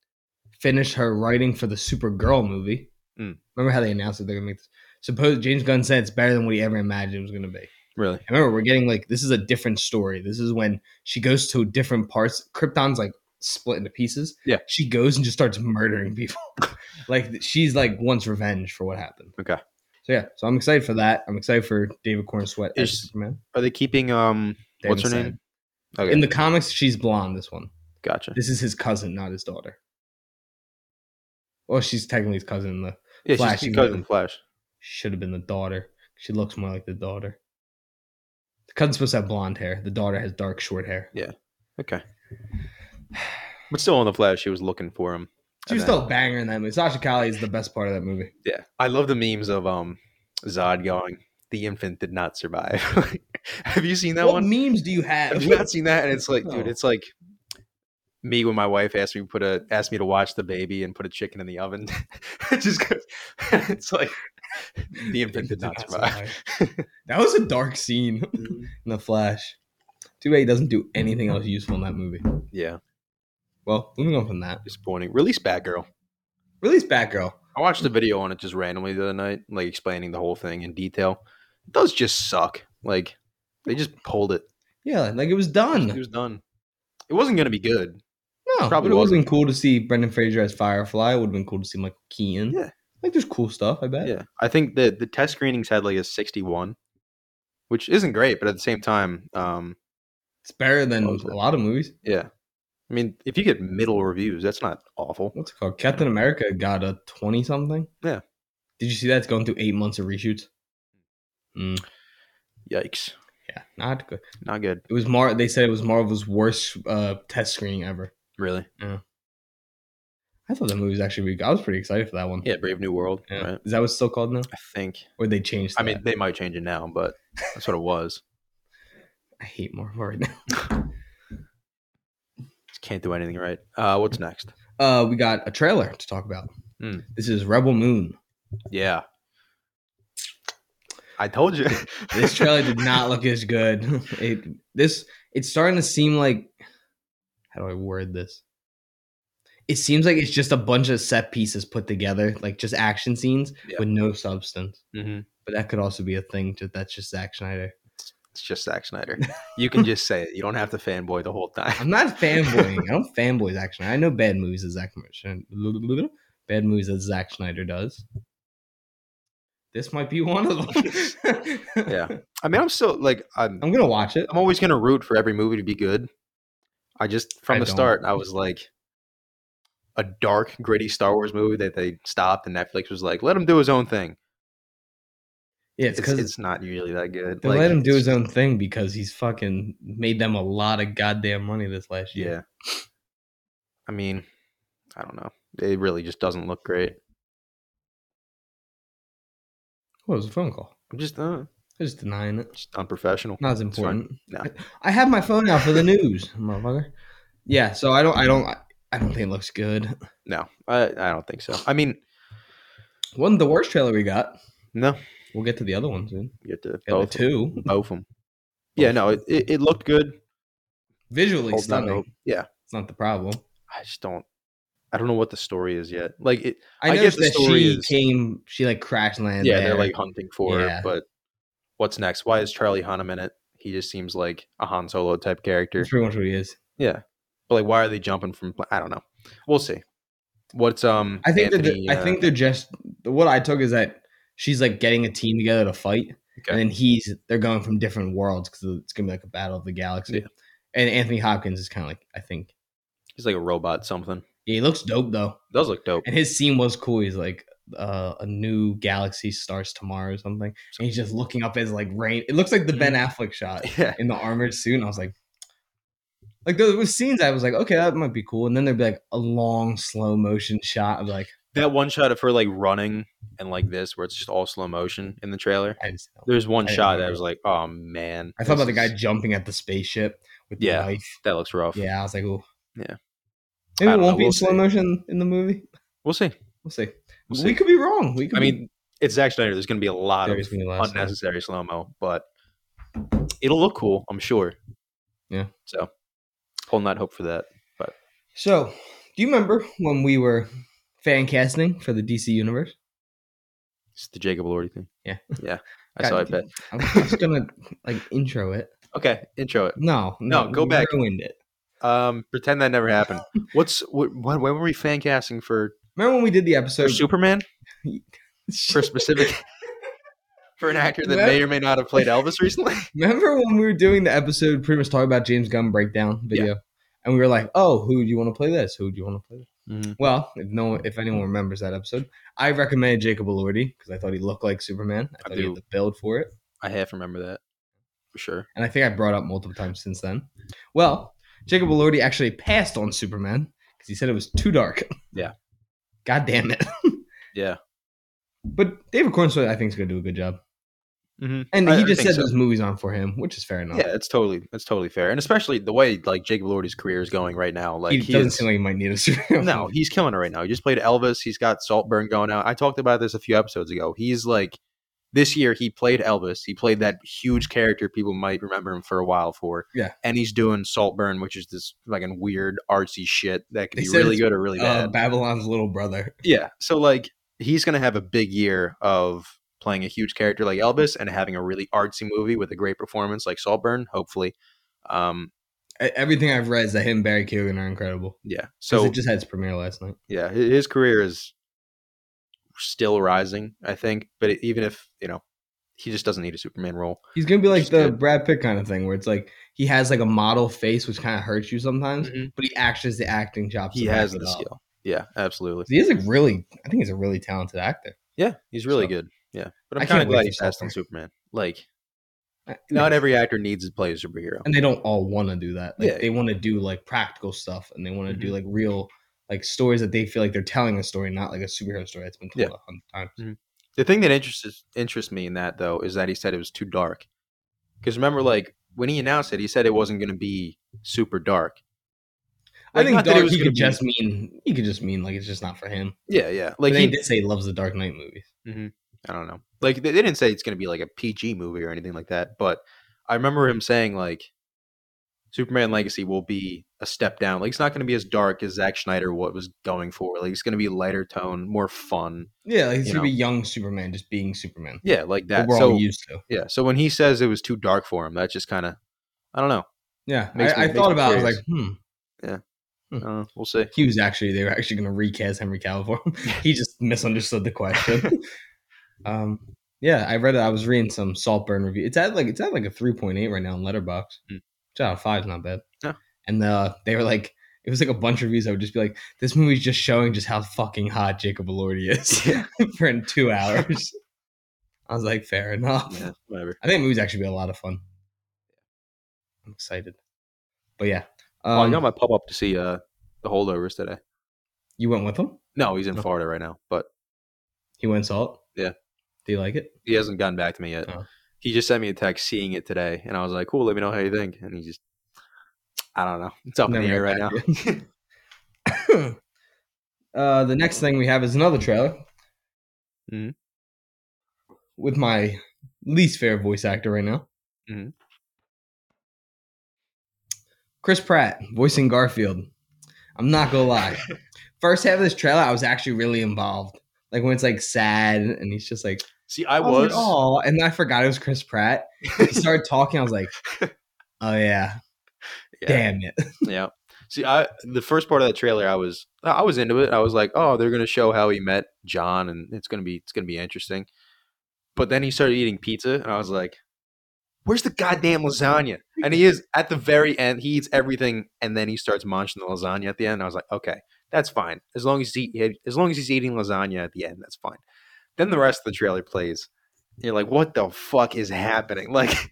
[SPEAKER 1] finished her writing for the Supergirl movie.
[SPEAKER 2] Mm.
[SPEAKER 1] Remember how they announced that they're gonna make this? Suppose James Gunn said it's better than what he ever imagined it was gonna be.
[SPEAKER 2] really,
[SPEAKER 1] And remember, we're getting like this is a different story. This is when she goes to different parts. Krypton's like split into pieces.
[SPEAKER 2] Yeah.
[SPEAKER 1] She goes and just starts murdering people. like she's like wants revenge for what happened.
[SPEAKER 2] Okay.
[SPEAKER 1] So yeah, so I'm excited for that. I'm excited for David Corn Sweat as
[SPEAKER 2] Is-
[SPEAKER 1] Superman.
[SPEAKER 2] are they keeping um?
[SPEAKER 1] They
[SPEAKER 2] What's her
[SPEAKER 1] haven't
[SPEAKER 2] name?
[SPEAKER 1] said.
[SPEAKER 2] Okay,
[SPEAKER 1] In the comics, she's blonde. This one.
[SPEAKER 2] gotcha.
[SPEAKER 1] This is his cousin, not his daughter. Well, she's technically his cousin. in The
[SPEAKER 2] Yeah,
[SPEAKER 1] Flash,
[SPEAKER 2] she's
[SPEAKER 1] you
[SPEAKER 2] because
[SPEAKER 1] know.
[SPEAKER 2] of Flash.
[SPEAKER 1] should have been the daughter. She looks more like the daughter. The cousin's supposed to have blonde hair. The daughter has dark, short hair.
[SPEAKER 2] Okay. But still on the flash, she was looking for him.
[SPEAKER 1] She was
[SPEAKER 2] And then-
[SPEAKER 1] still a banger in that movie. Sasha Cali is the best part of that movie.
[SPEAKER 2] Yeah. I love the memes of um Zod going, the infant did not survive. Have you seen that
[SPEAKER 1] what
[SPEAKER 2] one?
[SPEAKER 1] memes do you
[SPEAKER 2] Have
[SPEAKER 1] have?
[SPEAKER 2] you not seen that? And it's like, dude,
[SPEAKER 1] No.
[SPEAKER 2] it's like me when my wife asked me to put a asked me to watch the baby and put a chicken in the oven. It Just 'cause- it's like the infant did not survive.
[SPEAKER 1] that was a dark scene
[SPEAKER 2] Mm-hmm.
[SPEAKER 1] in The Flash. Too bad he doesn't do anything else useful in that movie.
[SPEAKER 2] Yeah.
[SPEAKER 1] Well, moving on from that,
[SPEAKER 2] Disappointing. Release Batgirl.
[SPEAKER 1] release Batgirl.
[SPEAKER 2] I watched a video on it just randomly the other night, like explaining the whole thing in detail. It does just suck. Like they just pulled it.
[SPEAKER 1] Yeah, like it was
[SPEAKER 2] It
[SPEAKER 1] done.
[SPEAKER 2] was done. It wasn't gonna be good.
[SPEAKER 1] No,
[SPEAKER 2] Probably
[SPEAKER 1] probably it would have been
[SPEAKER 2] wasn't.
[SPEAKER 1] cool to see Brendan Fraser as Firefly. It would have been cool to see Michael Keaton.
[SPEAKER 2] Yeah.
[SPEAKER 1] like there's cool stuff. I bet.
[SPEAKER 2] Yeah, I think that the test screenings had like a 61, which isn't great, but at the same time, um,
[SPEAKER 1] It's better than
[SPEAKER 2] Loves it.
[SPEAKER 1] a lot of movies.
[SPEAKER 2] yeah. I mean, if you get middle reviews, that's not awful.
[SPEAKER 1] What's it called? Captain America got a twenty something.
[SPEAKER 2] Yeah.
[SPEAKER 1] Did you see that? It's going through eight months of reshoots. Mm,
[SPEAKER 2] Yikes,
[SPEAKER 1] yeah, not good.
[SPEAKER 2] not good.
[SPEAKER 1] It was Mar. They said it was Marvel's worst uh, test screening ever.
[SPEAKER 2] Really?
[SPEAKER 1] I thought that movie was actually. Really good. I was pretty excited for that one.
[SPEAKER 2] Yeah, Brave New World.
[SPEAKER 1] Yeah.
[SPEAKER 2] Right?
[SPEAKER 1] Is that what it's still called now?
[SPEAKER 2] I think.
[SPEAKER 1] Or they changed?
[SPEAKER 2] I
[SPEAKER 1] that?
[SPEAKER 2] mean, they might change it now, but that's what it was.
[SPEAKER 1] I hate Marvel right now.
[SPEAKER 2] Just can't do anything right. Uh, what's next?
[SPEAKER 1] Uh, we got a trailer to talk about.
[SPEAKER 2] Hmm.
[SPEAKER 1] This is Rebel Moon.
[SPEAKER 2] Yeah. I told you.
[SPEAKER 1] This trailer did not look as good. It this it's starting to seem like how do I word this? It seems like it's just a bunch of set pieces put together, like just action scenes
[SPEAKER 2] Yeah.
[SPEAKER 1] with no substance.
[SPEAKER 2] hmm
[SPEAKER 1] But that could also be a thing. That that's just Zack Snyder.
[SPEAKER 2] It's just Zack Snyder. You can just say it. You don't have to fanboy the whole time.
[SPEAKER 1] I'm not fanboying. I don't fanboy Zack Snyder. I know bad movies that Zack Snyder. Bad movies that Zack Snyder does. This might be one of them.
[SPEAKER 2] Yeah. I mean, I'm still like I'm.
[SPEAKER 1] I'm gonna watch it.
[SPEAKER 2] I'm always gonna root for every movie to be good. I just from
[SPEAKER 1] I
[SPEAKER 2] the
[SPEAKER 1] don't.
[SPEAKER 2] start, I was like a dark, gritty Star Wars movie that they stopped, and Netflix was like, "Let him do his own thing."
[SPEAKER 1] Yeah, it's
[SPEAKER 2] It's it's,
[SPEAKER 1] because
[SPEAKER 2] not usually that good.
[SPEAKER 1] They
[SPEAKER 2] Like,
[SPEAKER 1] let him do
[SPEAKER 2] it's-
[SPEAKER 1] his own thing because he's fucking made them a lot of goddamn money this last year.
[SPEAKER 2] Yeah. I mean, I don't know. It really just doesn't look great.
[SPEAKER 1] What was a phone call?
[SPEAKER 2] I'm just uh,
[SPEAKER 1] I was denying it.
[SPEAKER 2] just unprofessional.
[SPEAKER 1] Not as
[SPEAKER 2] fine.
[SPEAKER 1] important.
[SPEAKER 2] No.
[SPEAKER 1] I have my phone out for the news, motherfucker. Yeah, so I don't, I don't, I don't think it looks good.
[SPEAKER 2] No, I I don't think so. I mean,
[SPEAKER 1] Wasn't the worst trailer we got.
[SPEAKER 2] no.
[SPEAKER 1] We'll get to the other one soon.
[SPEAKER 2] You have to
[SPEAKER 1] Got the
[SPEAKER 2] both
[SPEAKER 1] two
[SPEAKER 2] both them. Yeah, no, it, it, it looked good.
[SPEAKER 1] visually
[SPEAKER 2] Hold on,
[SPEAKER 1] stunning.
[SPEAKER 2] hope. Yeah,
[SPEAKER 1] It's not the problem.
[SPEAKER 2] I just don't. I don't know what the story is yet. Like it,
[SPEAKER 1] I,
[SPEAKER 2] I
[SPEAKER 1] noticed
[SPEAKER 2] guess the
[SPEAKER 1] that
[SPEAKER 2] story
[SPEAKER 1] she
[SPEAKER 2] is-
[SPEAKER 1] came. She like crash landed.
[SPEAKER 2] yeah,
[SPEAKER 1] there.
[SPEAKER 2] they're like hunting for
[SPEAKER 1] Yeah.
[SPEAKER 2] her. But what's next? Why is Charlie Hunnam in it? He just seems like a Han Solo type character.
[SPEAKER 1] That's pretty much what he is.
[SPEAKER 2] Yeah, but like, why are they jumping from? pla- I don't know. We'll see. What's um?
[SPEAKER 1] I think
[SPEAKER 2] Anthony,
[SPEAKER 1] that the,
[SPEAKER 2] uh,
[SPEAKER 1] I think they're just what I took is that she's like getting a team together to fight,
[SPEAKER 2] Okay.
[SPEAKER 1] and then he's they're going from different worlds because it's gonna be like a battle of the galaxy.
[SPEAKER 2] Yeah.
[SPEAKER 1] And Anthony Hopkins is kind of like I think
[SPEAKER 2] he's like a robot. Something
[SPEAKER 1] yeah, he looks dope though,
[SPEAKER 2] does look dope.
[SPEAKER 1] and his scene was cool. He's like uh, a new galaxy starts tomorrow or something, and he's just looking up as like rain. It looks like the
[SPEAKER 2] Mm.
[SPEAKER 1] Ben Affleck shot
[SPEAKER 2] Yeah,
[SPEAKER 1] in the armored suit, and I was like. Like there was scenes I was like, okay, that might be cool, and then there'd be like a long slow motion shot of like,
[SPEAKER 2] that one shot of her like running and like this, where it's just all slow motion in the trailer.
[SPEAKER 1] I just,
[SPEAKER 2] There's one
[SPEAKER 1] I didn't
[SPEAKER 2] shot that
[SPEAKER 1] remember.
[SPEAKER 2] I was like, oh man.
[SPEAKER 1] I thought about
[SPEAKER 2] this
[SPEAKER 1] the guy
[SPEAKER 2] is-
[SPEAKER 1] jumping at the spaceship with the
[SPEAKER 2] Yeah.
[SPEAKER 1] knife.
[SPEAKER 2] that looks rough.
[SPEAKER 1] Yeah, I was like, oh.
[SPEAKER 2] Yeah.
[SPEAKER 1] Maybe
[SPEAKER 2] I
[SPEAKER 1] it won't
[SPEAKER 2] don't know,
[SPEAKER 1] be in
[SPEAKER 2] we'll
[SPEAKER 1] slow
[SPEAKER 2] see.
[SPEAKER 1] motion in the movie.
[SPEAKER 2] We'll see.
[SPEAKER 1] We'll see.
[SPEAKER 2] We'll see.
[SPEAKER 1] We could be wrong. We could
[SPEAKER 2] I
[SPEAKER 1] be-
[SPEAKER 2] mean, it's Zack Snyder. There's going to be a lot
[SPEAKER 1] There
[SPEAKER 2] of
[SPEAKER 1] is gonna be a lot of slow-
[SPEAKER 2] unnecessary slow mo, but it'll look cool, I'm sure.
[SPEAKER 1] Yeah.
[SPEAKER 2] So, holding out hope for that.
[SPEAKER 1] So, do you remember when we were fan casting for the DC universe?
[SPEAKER 2] It's the Jacob Lordy thing.
[SPEAKER 1] Yeah.
[SPEAKER 2] Yeah. I
[SPEAKER 1] God,
[SPEAKER 2] saw it.
[SPEAKER 1] dude.
[SPEAKER 2] Bet.
[SPEAKER 1] I'm just gonna like intro it.
[SPEAKER 2] Okay. Intro it.
[SPEAKER 1] No,
[SPEAKER 2] No, go
[SPEAKER 1] you
[SPEAKER 2] back.
[SPEAKER 1] Ruined it.
[SPEAKER 2] Um, pretend that never happened. What's what? When were we fan casting for,
[SPEAKER 1] Remember when we did the
[SPEAKER 2] for
[SPEAKER 1] episode?
[SPEAKER 2] Superman for specific for an actor that
[SPEAKER 1] Well-
[SPEAKER 2] may or may not have played Elvis recently?
[SPEAKER 1] Remember when we were doing the episode pretty much talking about James Gunn breakdown video, and we were like, "Oh, who do you want to play this? Who do you want to play?" This?
[SPEAKER 2] Mhm.
[SPEAKER 1] Well, if no, if anyone remembers that episode, I recommended Jacob Elordi because I thought he looked like Superman. I
[SPEAKER 2] I
[SPEAKER 1] thought he had
[SPEAKER 2] do.
[SPEAKER 1] the build for it,
[SPEAKER 2] I half remember that for sure.
[SPEAKER 1] and I think I brought up multiple times since then. Well, Jacob Elordi actually passed on Superman because he said it was too dark.
[SPEAKER 2] Yeah.
[SPEAKER 1] God damn it!
[SPEAKER 2] Yeah.
[SPEAKER 1] But David Cornswell, I think, is going to do a good job,
[SPEAKER 2] Mm-hmm.
[SPEAKER 1] and
[SPEAKER 2] I-
[SPEAKER 1] he
[SPEAKER 2] I
[SPEAKER 1] just
[SPEAKER 2] think
[SPEAKER 1] said
[SPEAKER 2] so.
[SPEAKER 1] those movies aren't for him, which is fair enough.
[SPEAKER 2] Yeah, that's totally that's totally fair, and especially the way like Jacob Lordy's career is going right now. Like
[SPEAKER 1] he,
[SPEAKER 2] he,
[SPEAKER 1] doesn't
[SPEAKER 2] is,
[SPEAKER 1] seem like he might need a Superman.
[SPEAKER 2] no, he's killing it right now. He just played Elvis. He's got Saltburn going out. I talked about this a few episodes ago. He's like This year he played Elvis. He played that huge character people might remember him for a while for.
[SPEAKER 1] Yeah.
[SPEAKER 2] And he's doing Saltburn, which is this fucking weird artsy shit that could
[SPEAKER 1] They
[SPEAKER 2] be
[SPEAKER 1] said
[SPEAKER 2] really
[SPEAKER 1] it's,
[SPEAKER 2] good or really
[SPEAKER 1] Uh,
[SPEAKER 2] bad.
[SPEAKER 1] Babylon's little brother.
[SPEAKER 2] Yeah. So like he's gonna have a big year of playing a huge character like Elvis and having a really artsy movie with a great performance like Saltburn, hopefully. Um,
[SPEAKER 1] E- Everything I've read is that him and Barry Keoghan are incredible.
[SPEAKER 2] yeah.
[SPEAKER 1] So
[SPEAKER 2] So
[SPEAKER 1] it just had its premiere last night.
[SPEAKER 2] yeah, hi- his career is still rising, I think. But it- even if you know, he just doesn't need a Superman role.
[SPEAKER 1] He's gonna be like
[SPEAKER 2] Just
[SPEAKER 1] the
[SPEAKER 2] good.
[SPEAKER 1] Brad Pitt kind of thing, where it's like he has like a model face, which kind of hurts you sometimes,
[SPEAKER 2] Mhm.
[SPEAKER 1] but he actually has the acting chops.
[SPEAKER 2] He
[SPEAKER 1] to back
[SPEAKER 2] has
[SPEAKER 1] it
[SPEAKER 2] the
[SPEAKER 1] up.
[SPEAKER 2] skill. Yeah, absolutely.
[SPEAKER 1] He is a really, I think he's a really talented actor.
[SPEAKER 2] Yeah, he's really
[SPEAKER 1] So-
[SPEAKER 2] good. Yeah, but
[SPEAKER 1] I
[SPEAKER 2] I'm
[SPEAKER 1] can't
[SPEAKER 2] kind of
[SPEAKER 1] wait
[SPEAKER 2] glad
[SPEAKER 1] for
[SPEAKER 2] he passed
[SPEAKER 1] Saltburn.
[SPEAKER 2] on Superman. Like,
[SPEAKER 1] I-
[SPEAKER 2] not every actor needs to play a superhero.
[SPEAKER 1] and they don't all want to do that. Like
[SPEAKER 2] Yeah. Mm-hmm.
[SPEAKER 1] they want to do like practical stuff, and they want to do like real like stories that they feel like they're telling a story, not like a superhero story that's been told
[SPEAKER 2] Yeah.
[SPEAKER 1] a hundred times.
[SPEAKER 2] The thing that interests interests me in that though is that he said it was too dark. Because remember, like when he announced it, he said it wasn't going to be super dark.
[SPEAKER 1] I
[SPEAKER 2] Like,
[SPEAKER 1] think
[SPEAKER 2] not that it
[SPEAKER 1] dark,
[SPEAKER 2] was
[SPEAKER 1] he
[SPEAKER 2] gonna
[SPEAKER 1] could
[SPEAKER 2] be-
[SPEAKER 1] just mean he could just mean like it's just not for him.
[SPEAKER 2] Yeah, yeah.
[SPEAKER 1] Like
[SPEAKER 2] Like
[SPEAKER 1] he
[SPEAKER 2] he,
[SPEAKER 1] did say he loves the Dark Knight movies.
[SPEAKER 2] I don't know. Like they, they didn't say it's going to be like a PG movie or anything like that. But I remember him saying like, Superman Legacy will be a step down. Like it's not going to be as dark as Zack Snyder what was going for. Like it's going to be lighter tone, more fun.
[SPEAKER 1] Yeah, like he's
[SPEAKER 2] You
[SPEAKER 1] gonna be young Superman, just being Superman.
[SPEAKER 2] Yeah, like
[SPEAKER 1] What
[SPEAKER 2] that.
[SPEAKER 1] we're
[SPEAKER 2] So
[SPEAKER 1] all used to.
[SPEAKER 2] yeah. So when he says it was too dark for him, that just kind of, I don't know.
[SPEAKER 1] Yeah,
[SPEAKER 2] Makes
[SPEAKER 1] I,
[SPEAKER 2] me-
[SPEAKER 1] I
[SPEAKER 2] makes
[SPEAKER 1] thought
[SPEAKER 2] me
[SPEAKER 1] about. it. I was like,
[SPEAKER 2] curious.
[SPEAKER 1] hmm.
[SPEAKER 2] I don't know. Uh, We'll see.
[SPEAKER 1] He was actually they were actually going to recast Henry Cavill for him. he just misunderstood the question. um, yeah, I read it. I was reading some Saltburn review. It's at like it's at like a three point eight right now in Letterbox.
[SPEAKER 2] Mm.
[SPEAKER 1] Which out of five is not bad.
[SPEAKER 2] Yeah.
[SPEAKER 1] And uh, they were like, it was like a bunch of reviews. I would just be like, this movie's just showing just how fucking hot Jacob Elordi is
[SPEAKER 2] Yeah.
[SPEAKER 1] for in two hours. I was like, fair enough.
[SPEAKER 2] yeah, whatever.
[SPEAKER 1] I think the movie's actually be a lot of fun. I'm excited. But yeah, um,
[SPEAKER 2] oh, I got my pub up to see uh the holdovers today.
[SPEAKER 1] you went with him.
[SPEAKER 2] No, he's in
[SPEAKER 1] Oh.
[SPEAKER 2] Florida right now, but
[SPEAKER 1] He went salt.
[SPEAKER 2] Yeah.
[SPEAKER 1] Do you like it?
[SPEAKER 2] he hasn't gotten back to me yet.
[SPEAKER 1] Oh.
[SPEAKER 2] He just sent me a text seeing it today, and I was like, "Cool, let me know how you think." And he just, I don't know, it's up in the
[SPEAKER 1] Never
[SPEAKER 2] air right
[SPEAKER 1] got
[SPEAKER 2] now.
[SPEAKER 1] back to you. uh, the next thing we have is another trailer.
[SPEAKER 2] Mhm.
[SPEAKER 1] With my least favorite voice actor right now.
[SPEAKER 2] Mhm.
[SPEAKER 1] Chris Pratt voicing Garfield. I'm not gonna lie. First half of this trailer, I was actually really involved. Like when it's like sad and he's just like,
[SPEAKER 2] See, I
[SPEAKER 1] I was,
[SPEAKER 2] was,
[SPEAKER 1] like, oh, and then I forgot it was Chris Pratt. He started talking. I was like, oh yeah,
[SPEAKER 2] yeah,
[SPEAKER 1] damn it.
[SPEAKER 2] yeah. See, I the first part of that trailer, I was, I was into it. I was like, "Oh, they're gonna show how he met John, and it's gonna be, it's gonna be interesting." But then he started eating pizza, and I was like, "Where's the goddamn lasagna?" And he is at the very end. He eats everything, and then he starts munching the lasagna at the end. I was like, "Okay, that's fine. As long as he, as long as he's eating lasagna at the end, that's fine." Then the rest of the trailer plays. You're like, "What the fuck is happening?" Like,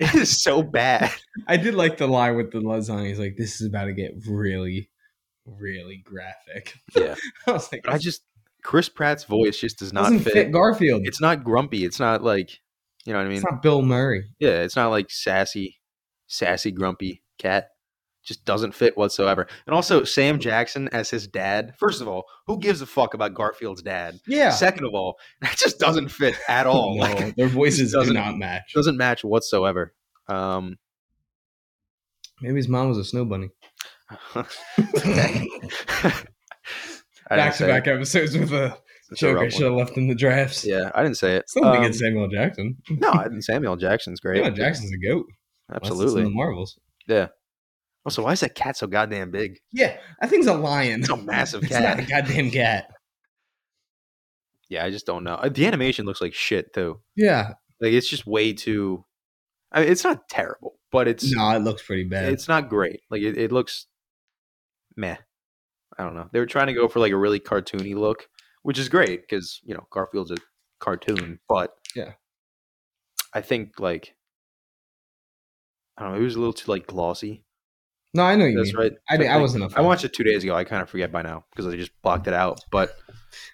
[SPEAKER 2] it is so bad.
[SPEAKER 1] I did like the line with the lasagna. He's like, this is about to get really, really graphic.
[SPEAKER 2] Yeah.
[SPEAKER 1] I was like,
[SPEAKER 2] But I just Chris Pratt's voice just does not
[SPEAKER 1] doesn't
[SPEAKER 2] fit.
[SPEAKER 1] fit, Garfield. It's,
[SPEAKER 2] It's not grumpy. It's not like you know what I mean.
[SPEAKER 1] not Bill Murray.
[SPEAKER 2] yeah, it's not like sassy, sassy grumpy cat. Just doesn't fit whatsoever. And also Sam Jackson as his dad. First of all, who gives a fuck about Garfield's dad?
[SPEAKER 1] Yeah.
[SPEAKER 2] Second of all, that just doesn't fit at all.
[SPEAKER 1] no,
[SPEAKER 2] Like
[SPEAKER 1] their voices do
[SPEAKER 2] doesn't-
[SPEAKER 1] not match.
[SPEAKER 2] doesn't match whatsoever. Um,
[SPEAKER 1] Maybe his mom was a snow bunny.
[SPEAKER 2] okay. I didn't
[SPEAKER 1] Back
[SPEAKER 2] say
[SPEAKER 1] to
[SPEAKER 2] it.
[SPEAKER 1] back episodes with a
[SPEAKER 2] It's a
[SPEAKER 1] joke
[SPEAKER 2] rough
[SPEAKER 1] I
[SPEAKER 2] one.
[SPEAKER 1] should have left in the drafts.
[SPEAKER 2] Yeah, I didn't say it.
[SPEAKER 1] It's nothing
[SPEAKER 2] Um,
[SPEAKER 1] against Samuel Jackson.
[SPEAKER 2] no, I didn't. Samuel Jackson's great.
[SPEAKER 1] Samuel Jackson's a goat. Unless it's
[SPEAKER 2] Absolutely.
[SPEAKER 1] in the Marvels.
[SPEAKER 2] Also, why is that cat Oh, so goddamn big?
[SPEAKER 1] Yeah, that thing's a lion.
[SPEAKER 2] It's a massive
[SPEAKER 1] It's not a
[SPEAKER 2] cat.
[SPEAKER 1] goddamn cat.
[SPEAKER 2] Yeah, I just don't know. Uh, The animation looks like shit too.
[SPEAKER 1] Yeah.
[SPEAKER 2] Like it's just way too. I mean, it's not terrible, but it's
[SPEAKER 1] No, it looks pretty bad.
[SPEAKER 2] it's not great. Like it, it looks meh. I don't know. They were trying to go for like a really cartoony look, which is great because you know Garfield's a cartoon, but
[SPEAKER 1] Yeah.
[SPEAKER 2] I think like I don't know. It was a little too like glossy.
[SPEAKER 1] no, I know you
[SPEAKER 2] That's
[SPEAKER 1] mean.
[SPEAKER 2] right.
[SPEAKER 1] I, mean, I
[SPEAKER 2] Like,
[SPEAKER 1] wasn't a
[SPEAKER 2] I
[SPEAKER 1] fan.
[SPEAKER 2] watched it two days ago. I kind of forget by now because I just blocked it out. But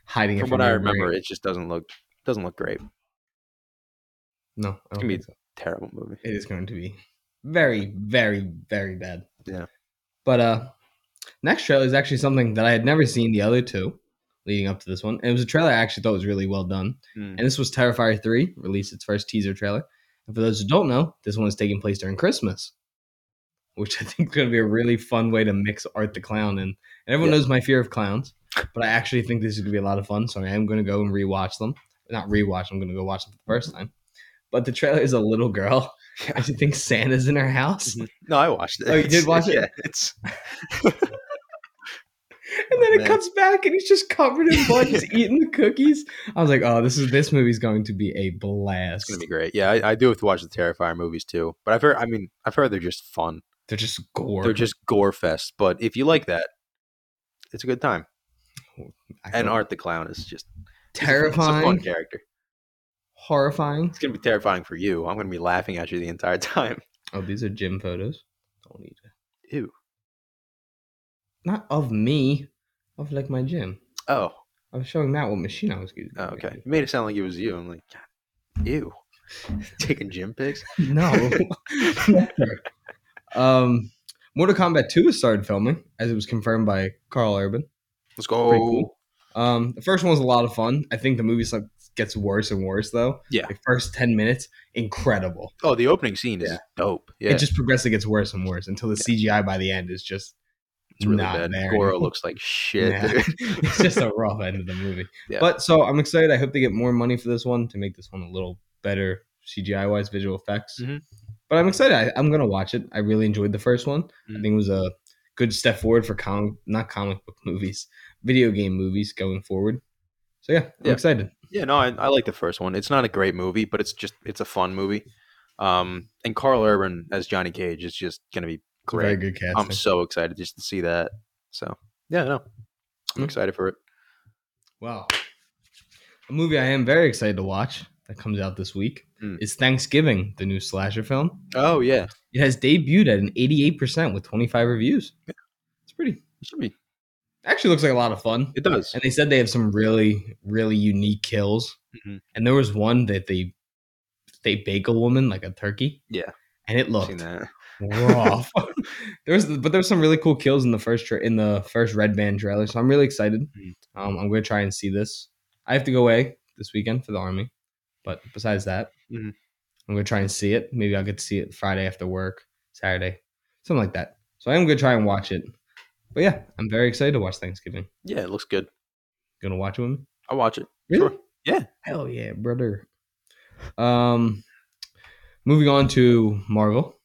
[SPEAKER 1] hiding it
[SPEAKER 2] from what I
[SPEAKER 1] your brain.
[SPEAKER 2] remember, it just doesn't look doesn't look great.
[SPEAKER 1] No, I don't
[SPEAKER 2] gonna be-
[SPEAKER 1] think so.
[SPEAKER 2] Terrible movie.
[SPEAKER 1] it is going to be very, very, very bad.
[SPEAKER 2] Yeah.
[SPEAKER 1] But uh, next trailer is actually something that I had never seen the other two, leading up to this one. And it was a trailer I actually thought was really well done.
[SPEAKER 2] Hmm.
[SPEAKER 1] And this was Terrifier 3, released its first teaser trailer. And for those who don't know, this one is taking place during Christmas, which I think is going to be a really fun way to mix Art the Clown. And, and everyone
[SPEAKER 2] Yeah.
[SPEAKER 1] knows my fear of clowns, but I actually think this is going to be a lot of fun. So I am going to go and rewatch them. Not rewatch, I'm going to go watch them for the first time. But the trailer is a little girl. I actually think Santa's in her house.
[SPEAKER 2] Mhm. No, I watched it.
[SPEAKER 1] Oh, you did
[SPEAKER 2] It's-
[SPEAKER 1] watch it?
[SPEAKER 2] Yeah, it's
[SPEAKER 1] And then
[SPEAKER 2] Oh,
[SPEAKER 1] it
[SPEAKER 2] man.
[SPEAKER 1] cuts back and he's just covered in blood, just eating the cookies. I was like, oh, this is this movie's going to be a blast.
[SPEAKER 2] it's gonna be great. Yeah, I, I do have to watch the Terrifier movies too. But I've heard, I mean, I've heard they're just fun.
[SPEAKER 1] They're just gore.
[SPEAKER 2] They're just gore fest. But if you like that, it's a good time.
[SPEAKER 1] I
[SPEAKER 2] And
[SPEAKER 1] thought-
[SPEAKER 2] Art the Clown is just he's a fun- he's a fun
[SPEAKER 1] terrifying,
[SPEAKER 2] character.
[SPEAKER 1] horrifying.
[SPEAKER 2] It's gonna be terrifying for you. I'm gonna be laughing at you the entire time.
[SPEAKER 1] Oh, these are gym photos. Don't need it.
[SPEAKER 2] Ew.
[SPEAKER 1] Not of me, of like my gym.
[SPEAKER 2] Oh,
[SPEAKER 1] I was showing Matt what machine I was using.
[SPEAKER 2] oh, okay. You made it sound like it was you. I'm like, God, ew. Taking gym pics.
[SPEAKER 1] No. Never. um, Mortal Kombat 2 has started filming, as it was confirmed by Carl Urban.
[SPEAKER 2] Let's
[SPEAKER 1] Pretty
[SPEAKER 2] go.
[SPEAKER 1] cool. Um, the first one was a lot of fun. I think the movie like, gets worse and worse though.
[SPEAKER 2] Yeah.
[SPEAKER 1] the first ten minutes, incredible.
[SPEAKER 2] Oh, the opening scene is
[SPEAKER 1] Yeah.
[SPEAKER 2] dope. Yeah,
[SPEAKER 1] It just progressively gets worse and worse until the CGI by the end is just
[SPEAKER 2] it's really
[SPEAKER 1] not
[SPEAKER 2] bad.
[SPEAKER 1] there.
[SPEAKER 2] Goro looks like shit.
[SPEAKER 1] Nah.
[SPEAKER 2] dude.
[SPEAKER 1] it's just a rough end of the movie.
[SPEAKER 2] Yeah.
[SPEAKER 1] But so I'm excited. I hope they get more money for this one to make this one a little better CGI wise, visual effects.
[SPEAKER 2] Mhm.
[SPEAKER 1] But I'm excited. I, I'm gonna watch it. I really enjoyed the first one. I
[SPEAKER 2] Mhm.
[SPEAKER 1] think it was a good step forward for comic, not comic book movies, video game movies going forward. So yeah, I'm
[SPEAKER 2] Yeah.
[SPEAKER 1] excited.
[SPEAKER 2] Yeah, no, I, I like the first one. It's not a great movie, but it's just it's a fun movie. Um, and Carl Urban as Johnny Cage is just gonna be
[SPEAKER 1] It's a Very
[SPEAKER 2] great.
[SPEAKER 1] good casting.
[SPEAKER 2] I'm so excited just to see that. So yeah, no, I'm
[SPEAKER 1] Mm.
[SPEAKER 2] excited for it.
[SPEAKER 1] Wow. A movie I am very excited to watch that comes out this week
[SPEAKER 2] Mm.
[SPEAKER 1] is Thanksgiving, the new slasher film.
[SPEAKER 2] Oh yeah,
[SPEAKER 1] It has debuted at an 88% with 25 reviews. It's pretty.
[SPEAKER 2] it should be.
[SPEAKER 1] Actually looks like a lot of fun.
[SPEAKER 2] It does.
[SPEAKER 1] And they said they have some really really unique kills.
[SPEAKER 2] Mhm.
[SPEAKER 1] And there was one that they they bake a woman like a turkey.
[SPEAKER 2] Yeah.
[SPEAKER 1] And it
[SPEAKER 2] I've
[SPEAKER 1] looked
[SPEAKER 2] seen that.
[SPEAKER 1] rough. there was, but there was some really cool kills in the first tra- in the first Red Band trailer. So I'm really excited.
[SPEAKER 2] Mm.
[SPEAKER 1] Um, I'm gonna try and see this. I have to go away this weekend for the army, but besides that,
[SPEAKER 2] Mhm.
[SPEAKER 1] I'm gonna try and see it. Maybe I'll get to see it Friday after work, Saturday, something like that. So I am gonna try and watch it. But yeah, I'm very excited to watch Thanksgiving.
[SPEAKER 2] Yeah, it looks good.
[SPEAKER 1] Gonna watch it with me.
[SPEAKER 2] I'll watch it.
[SPEAKER 1] Really?
[SPEAKER 2] Sure. Yeah.
[SPEAKER 1] Hell yeah, brother. Um, moving on to Marvel.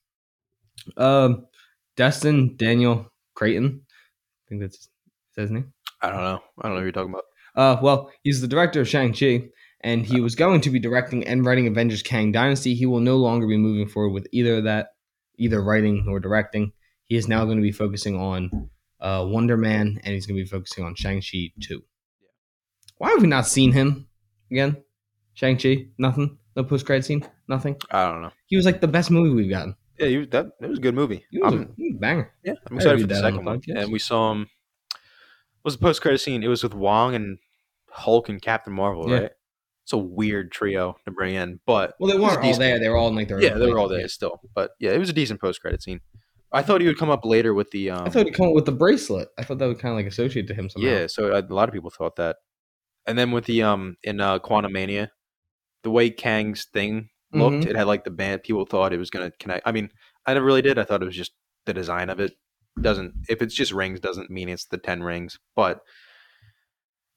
[SPEAKER 1] Um, Destin Daniel Creighton. I think that's, is that his name.
[SPEAKER 2] I don't know. I don't know who you're talking about.
[SPEAKER 1] Uh, well, he's the director of Shang Chi, and he was going to be directing and writing Avengers: Kang Dynasty. He will no longer be moving forward with either of that, either writing or directing. He is now going to be focusing on uh, Wonder Man, and he's going to be focusing on Shang Chi too. Why have we not seen him again? Shang Chi, nothing. No post credit scene, nothing.
[SPEAKER 2] I don't know.
[SPEAKER 1] He was like the best movie we've gotten.
[SPEAKER 2] Yeah, you, that that was a good movie.
[SPEAKER 1] He was, a,
[SPEAKER 2] I'm,
[SPEAKER 1] he was a banger.
[SPEAKER 2] yeah, I'm
[SPEAKER 1] I
[SPEAKER 2] excited for
[SPEAKER 1] reviewed
[SPEAKER 2] the
[SPEAKER 1] that on the
[SPEAKER 2] second one.
[SPEAKER 1] podcast.
[SPEAKER 2] And we saw um, what was the post credit scene? It was with Wong and Hulk and Captain Marvel,
[SPEAKER 1] Yeah.
[SPEAKER 2] right? It's a weird trio to bring in, but
[SPEAKER 1] Well, they
[SPEAKER 2] was
[SPEAKER 1] weren't all
[SPEAKER 2] decent.
[SPEAKER 1] there. They were all in like their
[SPEAKER 2] yeah,
[SPEAKER 1] own
[SPEAKER 2] they were all there
[SPEAKER 1] places.
[SPEAKER 2] still. But yeah, it was a decent post credit scene. I thought he would come up later with the um,
[SPEAKER 1] I thought he'd come up with the bracelet. I thought that would kind of like associate to him somehow.
[SPEAKER 2] yeah. So uh, a lot of people thought that, and then with the um in uh, Quantum Mania, the way Kang's thing looked,
[SPEAKER 1] Mhm.
[SPEAKER 2] it had like the band. People thought it was gonna connect. I mean, I never really did. I thought it was just the design of it doesn't. If it's just rings, doesn't mean it's the ten rings. But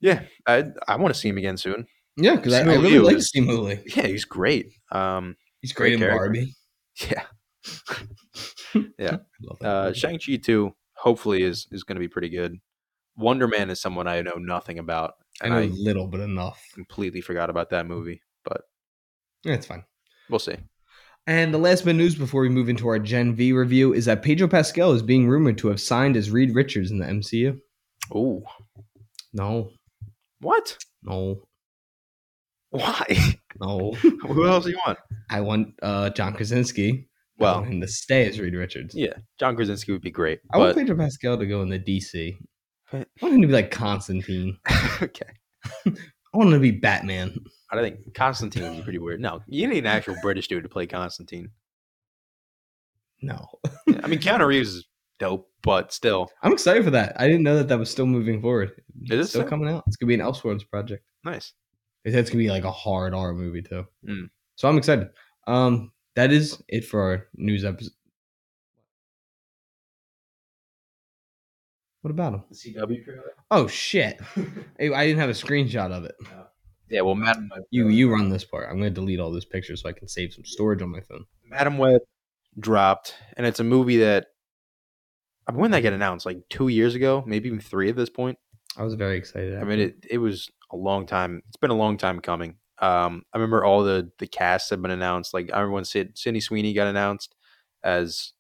[SPEAKER 2] yeah, I I want to see him again soon.
[SPEAKER 1] Yeah, because I, I
[SPEAKER 2] Simu
[SPEAKER 1] really
[SPEAKER 2] Liu
[SPEAKER 1] like
[SPEAKER 2] is-
[SPEAKER 1] Simu Liu.
[SPEAKER 2] Yeah, he's great. Um,
[SPEAKER 1] He's great, in
[SPEAKER 2] Great character.
[SPEAKER 1] Barbie.
[SPEAKER 2] yeah.
[SPEAKER 1] Love that
[SPEAKER 2] Uh,
[SPEAKER 1] movie.
[SPEAKER 2] Shang Chi too. Hopefully, is is going to be pretty good. Wonder Man is someone I know nothing about,
[SPEAKER 1] I
[SPEAKER 2] and
[SPEAKER 1] know
[SPEAKER 2] I,
[SPEAKER 1] little but enough.
[SPEAKER 2] completely forgot about that movie. But
[SPEAKER 1] Yeah, it's fine.
[SPEAKER 2] we'll see.
[SPEAKER 1] And the last bit of news before we move into our Gen V review is that Pedro Pascal is being rumored to have signed as Reed Richards in the MCU.
[SPEAKER 2] Oh,
[SPEAKER 1] No,
[SPEAKER 2] what?
[SPEAKER 1] no,
[SPEAKER 2] Why?
[SPEAKER 1] no.
[SPEAKER 2] Who else do you want?
[SPEAKER 1] I want uh, John Krasinski. I
[SPEAKER 2] Well,
[SPEAKER 1] want him to stay as Reed Richards.
[SPEAKER 2] yeah, John Krasinski would be great.
[SPEAKER 1] I want
[SPEAKER 2] But
[SPEAKER 1] Pedro Pascal to go in the DC. I
[SPEAKER 2] But-
[SPEAKER 1] want him to be like Constantine.
[SPEAKER 2] okay,
[SPEAKER 1] I want him to be Batman.
[SPEAKER 2] I don't think Constantine would be pretty weird. No, you need an actual British dude to play Constantine.
[SPEAKER 1] No.
[SPEAKER 2] Yeah, I mean, Keanu Reeves is dope, but still,
[SPEAKER 1] I'm excited for that. I didn't know that that was still moving forward.
[SPEAKER 2] It is
[SPEAKER 1] It's still
[SPEAKER 2] so?
[SPEAKER 1] coming out. It's gonna be an Elseworlds project.
[SPEAKER 2] nice.
[SPEAKER 1] They said it's gonna be like a hard R movie too.
[SPEAKER 2] Mm.
[SPEAKER 1] So I'm excited. Um, that is it for our news episode. What about him?
[SPEAKER 2] The CW trailer.
[SPEAKER 1] Oh shit! Hey, I didn't have a screenshot of it.
[SPEAKER 2] Yeah, well, Madam Web.
[SPEAKER 1] You you run this part. I'm gonna delete all those pictures so I can save some storage on my phone.
[SPEAKER 2] Madam Web dropped, and it's a movie that I mean, when did that get announced, like two years ago, maybe even three at this point.
[SPEAKER 1] I was very excited.
[SPEAKER 2] I mean, it it was a long time. It's been a long time coming. Um, I remember all the the casts have been announced. Like I remember when Sid, Sydney Sweeney got announced as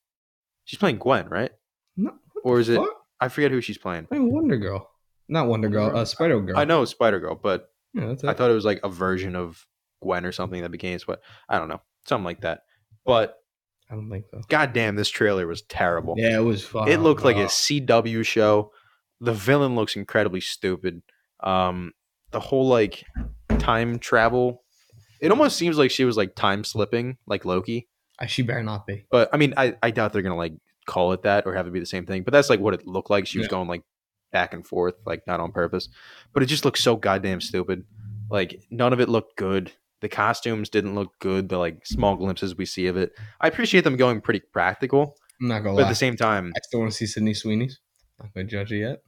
[SPEAKER 2] she's playing Gwen, right?
[SPEAKER 1] No, what
[SPEAKER 2] or
[SPEAKER 1] the
[SPEAKER 2] is it-
[SPEAKER 1] fuck?
[SPEAKER 2] I forget who she's playing.
[SPEAKER 1] I mean, Wonder Girl, not Wonder
[SPEAKER 2] Wonder
[SPEAKER 1] Girl,
[SPEAKER 2] Girl?
[SPEAKER 1] uh, Spider Girl.
[SPEAKER 2] I know it's Spider Girl, but
[SPEAKER 1] Yeah, that's it.
[SPEAKER 2] I thought it was like a version of Gwen or something that became Spider. I don't know, something like that. But
[SPEAKER 1] I don't think so.
[SPEAKER 2] goddamn, this trailer was terrible.
[SPEAKER 1] Yeah, it was fun.
[SPEAKER 2] it looked like a CW show. The villain looks incredibly stupid. Um, the whole like time travel, it almost seems like she was like time slipping, like Loki.
[SPEAKER 1] I, she better not be.
[SPEAKER 2] But I mean, I, I doubt they're gonna like call it that or have it be the same thing. But that's like what it looked like. She was
[SPEAKER 1] Yeah.
[SPEAKER 2] going like back and forth, like not on purpose. But it just looked so goddamn stupid. Like none of it looked good. The costumes didn't look good. The like small glimpses we see of it, I appreciate them going pretty practical,
[SPEAKER 1] I'm not gonna
[SPEAKER 2] but at
[SPEAKER 1] lie.
[SPEAKER 2] the same time,
[SPEAKER 1] I still want to see Sydney Sweeney's. Not gonna judge it yet.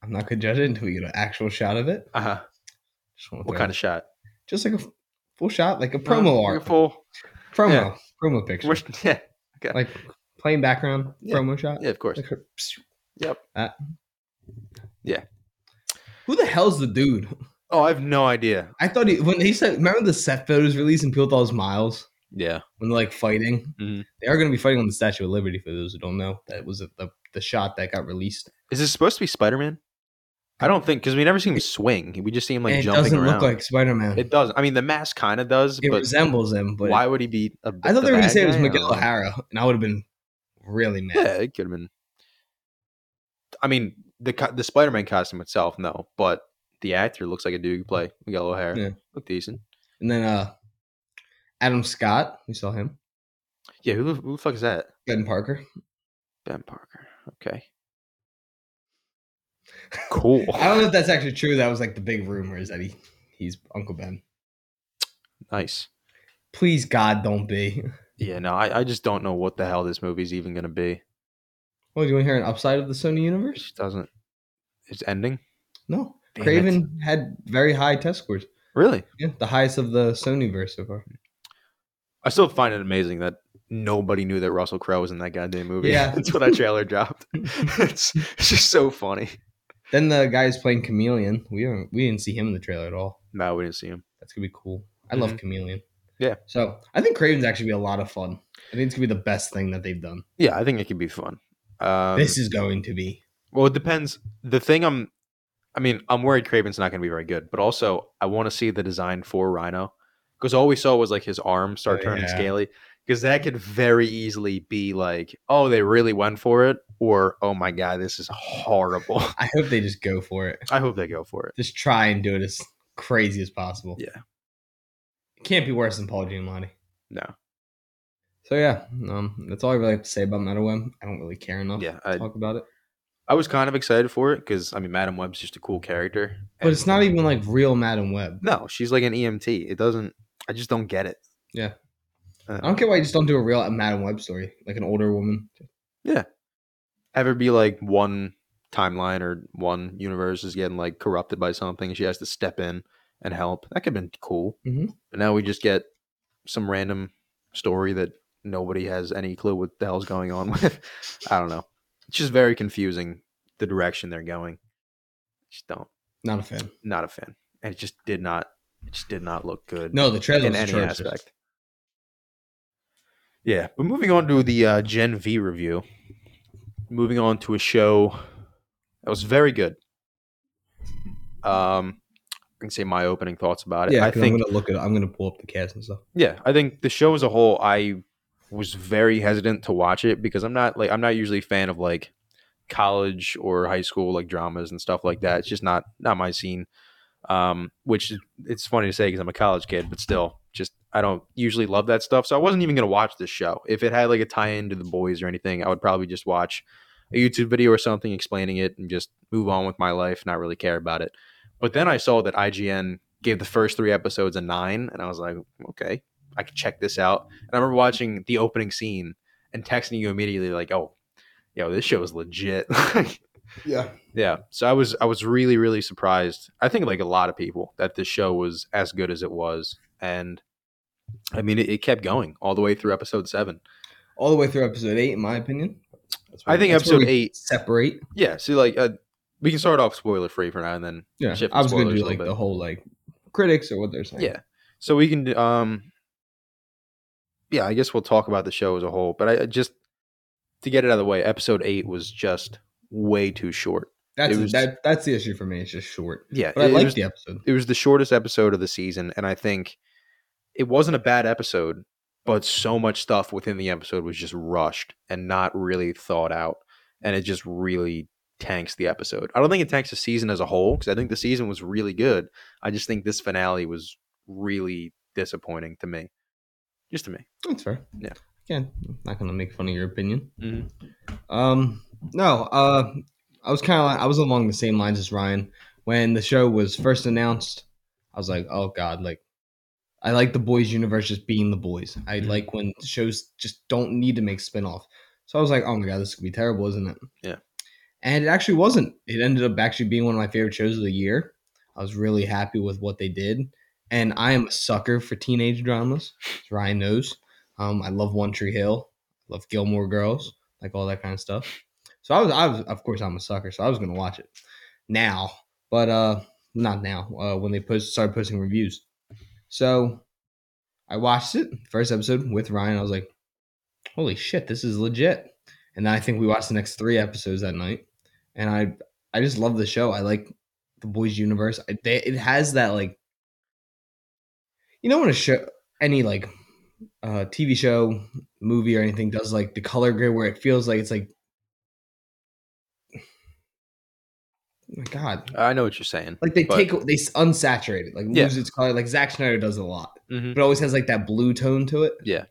[SPEAKER 1] I'm not gonna judge it until we get an actual shot of it.
[SPEAKER 2] uh,
[SPEAKER 1] Just want
[SPEAKER 2] what kind of shot?
[SPEAKER 1] just like a f- full shot, like a promo
[SPEAKER 2] Uh, like a
[SPEAKER 1] art,
[SPEAKER 2] full-
[SPEAKER 1] promo,
[SPEAKER 2] yeah.
[SPEAKER 1] promo picture,
[SPEAKER 2] we're- yeah,
[SPEAKER 1] like plain background
[SPEAKER 2] Yeah,
[SPEAKER 1] promo shot.
[SPEAKER 2] yeah, of course.
[SPEAKER 1] Like her- psh,
[SPEAKER 2] Yep.
[SPEAKER 1] that.
[SPEAKER 2] Yeah.
[SPEAKER 1] Who the hell's the dude?
[SPEAKER 2] Oh, I have no idea.
[SPEAKER 1] I thought he when he said remember the set photos released and people thought it was Miles
[SPEAKER 2] Yeah,
[SPEAKER 1] when they're like fighting.
[SPEAKER 2] Mhm.
[SPEAKER 1] They are going to be fighting on the Statue of Liberty for those who don't know. That was the the shot that got released.
[SPEAKER 2] is this supposed to be Spider Man? I don't think because we never see him swing. We just see him like
[SPEAKER 1] and it
[SPEAKER 2] jumping
[SPEAKER 1] doesn't
[SPEAKER 2] around.
[SPEAKER 1] look like Spider Man.
[SPEAKER 2] it
[SPEAKER 1] It,
[SPEAKER 2] does. I mean, the mask kind of does, but
[SPEAKER 1] resembles him, but
[SPEAKER 2] why would he be? I
[SPEAKER 1] I thought they were going to say it was Miguel O'Hara, and I would have been really mad.
[SPEAKER 2] Yeah, it could have been. I mean, the co- the Spider Man costume itself, no, but the actor looks like a dude who could play Miguel O'Hara.
[SPEAKER 1] Yeah.
[SPEAKER 2] Look decent.
[SPEAKER 1] And then uh, Adam Scott, we saw him.
[SPEAKER 2] Yeah, who, the- who the fuck is that?
[SPEAKER 1] Ben Parker.
[SPEAKER 2] Ben Parker. Okay. Cool.
[SPEAKER 1] I don't know if that's actually true. That was like the big rumor is that he he's Uncle Ben.
[SPEAKER 2] nice.
[SPEAKER 1] Please God, don't be.
[SPEAKER 2] Yeah, no, I, I just don't know what the hell this movie's even gonna be.
[SPEAKER 1] Well, do you want to hear an upside of the Sony
[SPEAKER 2] It
[SPEAKER 1] universe?
[SPEAKER 2] just doesn't. It's ending.
[SPEAKER 1] No.
[SPEAKER 2] Damn it.
[SPEAKER 1] Craven had very high test scores.
[SPEAKER 2] Really,
[SPEAKER 1] Yeah, the highest of the Sony verse so far.
[SPEAKER 2] I still find it amazing that nobody knew that Russell Crowe was in that goddamn movie.
[SPEAKER 1] Yeah.
[SPEAKER 2] that's what I trailer dropped. it's, it's just so funny.
[SPEAKER 1] Then the guy who's playing Chameleon. We haven't we didn't see him in the trailer at all.
[SPEAKER 2] No, we didn't see him.
[SPEAKER 1] That's gonna be cool. I love Chameleon.
[SPEAKER 2] Mm-hmm. Yeah.
[SPEAKER 1] So I think Craven's actually be a lot of fun. I think it's gonna be the best thing that they've done.
[SPEAKER 2] Yeah, I think it could be fun. Um,
[SPEAKER 1] this is going to be.
[SPEAKER 2] well, it depends. The thing I'm, I mean, I'm worried Craven's not going to be very good, but also I want to see the design for Rhino because all we saw was like his arm start
[SPEAKER 1] Oh,
[SPEAKER 2] turning
[SPEAKER 1] yeah.
[SPEAKER 2] scaly because that could very easily be like, oh, they really went for it, or oh my god, this is horrible.
[SPEAKER 1] I hope they just go for it.
[SPEAKER 2] I hope they go for it.
[SPEAKER 1] Just try and do it as crazy as possible.
[SPEAKER 2] Yeah.
[SPEAKER 1] It can't be worse than Paul Giamatti.
[SPEAKER 2] No,
[SPEAKER 1] So yeah, um, that's all I really have to say about Metal Web. I don't really care enough
[SPEAKER 2] yeah,
[SPEAKER 1] to
[SPEAKER 2] I,
[SPEAKER 1] talk about it.
[SPEAKER 2] I was kind of excited for it because I mean, Madam Web's just a cool character,
[SPEAKER 1] But
[SPEAKER 2] and- um,
[SPEAKER 1] it's not even like real Madam Web.
[SPEAKER 2] No, she's like an EMT. It doesn't. I just don't get it.
[SPEAKER 1] Yeah.
[SPEAKER 2] Uh,
[SPEAKER 1] I don't care why you just don't do a real Madam Web story, like an older woman.
[SPEAKER 2] ever be like one timeline or one universe is getting like corrupted by something and she has to step in and help. That could have been cool.
[SPEAKER 1] Mhm.
[SPEAKER 2] But now we just get some random story that nobody has any clue what the hell's going on with. I don't know. It's just very confusing the direction they're going. Just don't
[SPEAKER 1] Not a fan.
[SPEAKER 2] not a fan. And it just did not it just did not look good
[SPEAKER 1] No, the trailer
[SPEAKER 2] in
[SPEAKER 1] was
[SPEAKER 2] any
[SPEAKER 1] atrocious.
[SPEAKER 2] aspect. Yeah, but moving on to the uh, Gen V review. Moving on to a show that was very good. Um, I can say my opening thoughts about it.
[SPEAKER 1] Yeah,
[SPEAKER 2] I
[SPEAKER 1] 'cause
[SPEAKER 2] think
[SPEAKER 1] I'm gonna look at. I'm gonna pull up the cast and stuff.
[SPEAKER 2] yeah, I think the show as a whole, I was very hesitant to watch it because I'm not like I'm not usually a fan of like college or high school like dramas and stuff like that. It's just not not my scene. Um, which is- it's funny to say because I'm a college kid, but still, just I don't usually love that stuff. So I wasn't even gonna watch this show. If it had like a tie-in to the boys or anything, I would probably just watch a YouTube video or something explaining it and just move on with my life, not really care about it. But then I saw that IGN gave the first three episodes a nine, and I was like, okay, I could check this out. And I remember watching the opening scene and texting you immediately, like, oh, yo, this show is legit.
[SPEAKER 1] Yeah.
[SPEAKER 2] yeah. So I was I was really really surprised. I think like a lot of people that this show was as good as it was, and I mean it, it kept going all the way through episode seven.
[SPEAKER 1] All the way through episode eight, in my opinion. That's
[SPEAKER 2] I
[SPEAKER 1] where-
[SPEAKER 2] think
[SPEAKER 1] that's where
[SPEAKER 2] episode
[SPEAKER 1] we
[SPEAKER 2] eight.
[SPEAKER 1] Separate.
[SPEAKER 2] Yeah. See, like uh, we can start off spoiler free for now, and then
[SPEAKER 1] Yeah.
[SPEAKER 2] Shift
[SPEAKER 1] I was going to
[SPEAKER 2] spoilers
[SPEAKER 1] do
[SPEAKER 2] a little
[SPEAKER 1] like
[SPEAKER 2] bit.
[SPEAKER 1] the whole like critics or what they're saying.
[SPEAKER 2] Yeah. So we can um Yeah, I guess we'll talk about the show as a whole, but I I just to get it out of the way, episode 8 was just way too short.
[SPEAKER 1] That's
[SPEAKER 2] It was-
[SPEAKER 1] that. That's the issue for me. It's just short.
[SPEAKER 2] Yeah,
[SPEAKER 1] But I
[SPEAKER 2] it,
[SPEAKER 1] like
[SPEAKER 2] was,
[SPEAKER 1] the episode.
[SPEAKER 2] it was the shortest episode of the season and I think it wasn't a bad episode, but so much stuff within the episode was just rushed and not really thought out and it just really tanks the episode. I don't think it tanks the season as a whole cuz I think the season was really good. I just think this finale was really disappointing to me. Just to me.
[SPEAKER 1] That's fair.
[SPEAKER 2] Yeah.
[SPEAKER 1] Again, I'm not gonna make fun of your opinion.
[SPEAKER 2] Mm-hmm.
[SPEAKER 1] Um, no, uh, I was kind of like, I was along the same lines as Ryan when the show was first announced. I was like, oh god, like I like the boys universe just being the boys. I
[SPEAKER 2] Mhm.
[SPEAKER 1] like when shows just don't need to make spin-off. So I was like, oh my god, this could be terrible, isn't it?
[SPEAKER 2] Yeah.
[SPEAKER 1] And it actually wasn't. It ended up actually being one of my favorite shows of the year. I was really happy with what they did. And I am a sucker for teenage dramas, as Ryan knows. Um, I love One Tree Hill, love Gilmore Girls, like all that kind of stuff. So I was, I was, of course, I'm a sucker, so I was gonna watch it now, but uh, not now. Uh, when they post started posting reviews, so I watched it first episode with Ryan. I was like, "Holy shit, this is legit!" And then I think we watched the next three episodes that night, and I, I just love the show. I like the boys' universe. I, they, it has that like, you know, when a show, any like, uh, TV show, movie, or anything does like the color grade where it feels like it's like. my God,
[SPEAKER 2] I know what you're saying.
[SPEAKER 1] like they
[SPEAKER 2] But-
[SPEAKER 1] take they s- unsaturate it, like
[SPEAKER 2] Yeah.
[SPEAKER 1] lose its color. Like Zack Snyder does it a lot,
[SPEAKER 2] Mhm.
[SPEAKER 1] but it always has like that blue tone to it.
[SPEAKER 2] Yeah.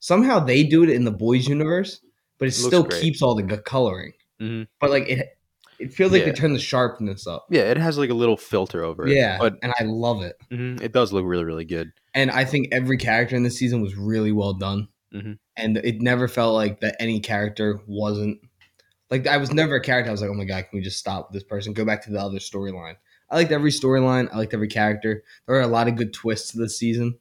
[SPEAKER 1] Somehow they do it in the boys universe, but it
[SPEAKER 2] Looks
[SPEAKER 1] still
[SPEAKER 2] great.
[SPEAKER 1] keeps all the g- coloring.
[SPEAKER 2] Mhm.
[SPEAKER 1] But like it, it feels like
[SPEAKER 2] Yeah.
[SPEAKER 1] they turn the sharpness up.
[SPEAKER 2] Yeah, it has like a little filter over it.
[SPEAKER 1] Yeah, Mm-hmm.
[SPEAKER 2] But
[SPEAKER 1] and I love it.
[SPEAKER 2] mhm, it does look really, really good.
[SPEAKER 1] And I think every character in this season was really well done,
[SPEAKER 2] Mhm.
[SPEAKER 1] and it never felt like that any character wasn't. Like I was never a character. I was like, oh my god, can we just stop this person? Go back to the other storyline. I liked every storyline. I liked every character. There were a lot of good twists this season,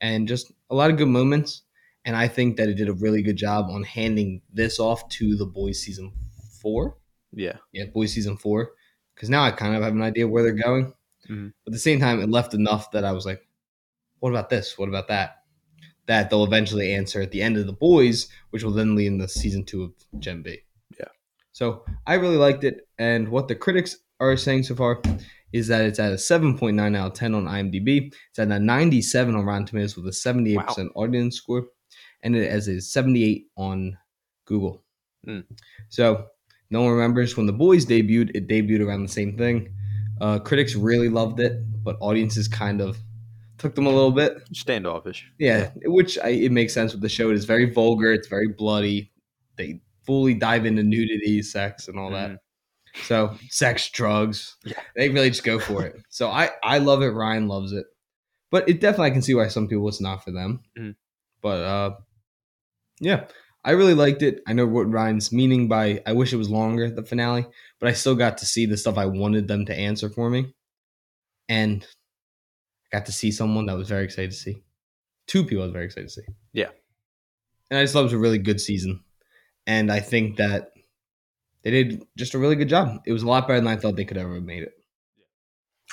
[SPEAKER 1] and just a lot of good moments. And I think that it did a really good job on handing this off to the boys season four.
[SPEAKER 2] Yeah.
[SPEAKER 1] Yeah, boys season four. Because now I kind of have an idea where they're going.
[SPEAKER 2] Mhm.
[SPEAKER 1] But at the same time, it left enough that I was like, what about this? What about that? That they'll eventually answer at the end of the boys, which will then lead into season two of Gen B.
[SPEAKER 2] Yeah.
[SPEAKER 1] So I really liked it. And what the critics are saying so far is that it's at a 7.9 out of 10 on IMDb. It's at a 97 on Rotten Tomatoes with a 78% audience score. And it has a 78 on Google.
[SPEAKER 2] Mm.
[SPEAKER 1] So no one remembers when the boys debuted. It debuted around the same thing. Uh, critics really loved it, but audiences kind of took them a little bit.
[SPEAKER 2] Standoffish.
[SPEAKER 1] Yeah, which I, it makes sense with the show. It is very vulgar. It's very bloody. They fully dive into nudity, sex, and all that. So sex, drugs.
[SPEAKER 2] Yeah.
[SPEAKER 1] They really just go for it. So I I love it. Ryan loves it, but it definitely I can see why some people it's not for them.
[SPEAKER 2] Mhm.
[SPEAKER 1] But uh, yeah, I really liked it. I know what Ryan's meaning by I wish it was longer the finale, but I still got to see the stuff I wanted them to answer for me, and I got to see someone that was very excited to see. Two people I was very excited to see.
[SPEAKER 2] Yeah.
[SPEAKER 1] and I just thought it was a really good season, and I think that they did just a really good job. It was a lot better than I thought they could ever have made it.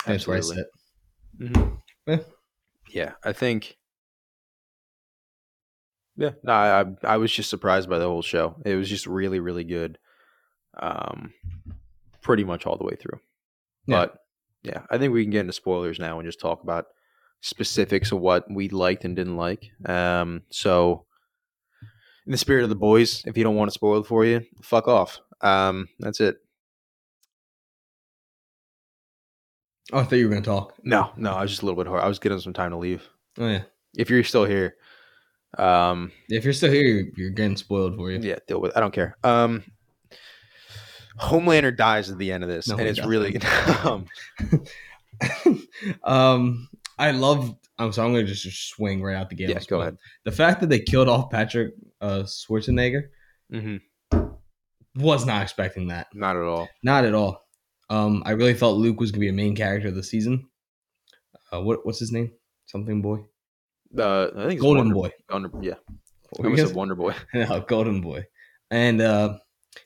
[SPEAKER 1] That's where I
[SPEAKER 2] Absolutely.
[SPEAKER 1] sit.
[SPEAKER 2] Mhm.
[SPEAKER 1] Yeah.
[SPEAKER 2] Yeah, I think. Yeah, no, I I- I was just surprised by the whole show. It was just really, really good, um, pretty much all the way through.
[SPEAKER 1] Yeah.
[SPEAKER 2] But yeah, I think we can get into spoilers now and just talk about specifics of what we liked and didn't like. Um, so, in the spirit of the boys, if you don't want it spoiled for you, fuck off. Um, that's it.
[SPEAKER 1] Oh, I thought you were gonna talk. Oh,
[SPEAKER 2] No, no, I was just a little bit hard. I was getting some time to leave.
[SPEAKER 1] Oh yeah.
[SPEAKER 2] if you're still here, um,
[SPEAKER 1] If you're still here, you're getting spoiled for you.
[SPEAKER 2] yeah, deal with. it. I don't care. Um, Homelander dies at the end of this,
[SPEAKER 1] No,
[SPEAKER 2] and
[SPEAKER 1] he
[SPEAKER 2] it's
[SPEAKER 1] doesn't.
[SPEAKER 2] really um,
[SPEAKER 1] um, I love. I'm sorry. I'm gonna just, just swing right out the gate.
[SPEAKER 2] Yeah,
[SPEAKER 1] on this
[SPEAKER 2] go
[SPEAKER 1] one.
[SPEAKER 2] ahead.
[SPEAKER 1] The fact that they killed off Patrick uh, Schwarzenegger
[SPEAKER 2] mhm,
[SPEAKER 1] was not expecting that.
[SPEAKER 2] not at all.
[SPEAKER 1] Not at all. Um, I really thought Luke was gonna be a main character of the season. Uh, what what's his name? Something boy.
[SPEAKER 2] Uh, I think it's
[SPEAKER 1] Golden
[SPEAKER 2] Wonder,
[SPEAKER 1] boy.
[SPEAKER 2] Wonder- yeah, I
[SPEAKER 1] What were you
[SPEAKER 2] almost said
[SPEAKER 1] guys-
[SPEAKER 2] Wonder Boy.
[SPEAKER 1] No, Golden Boy. And uh,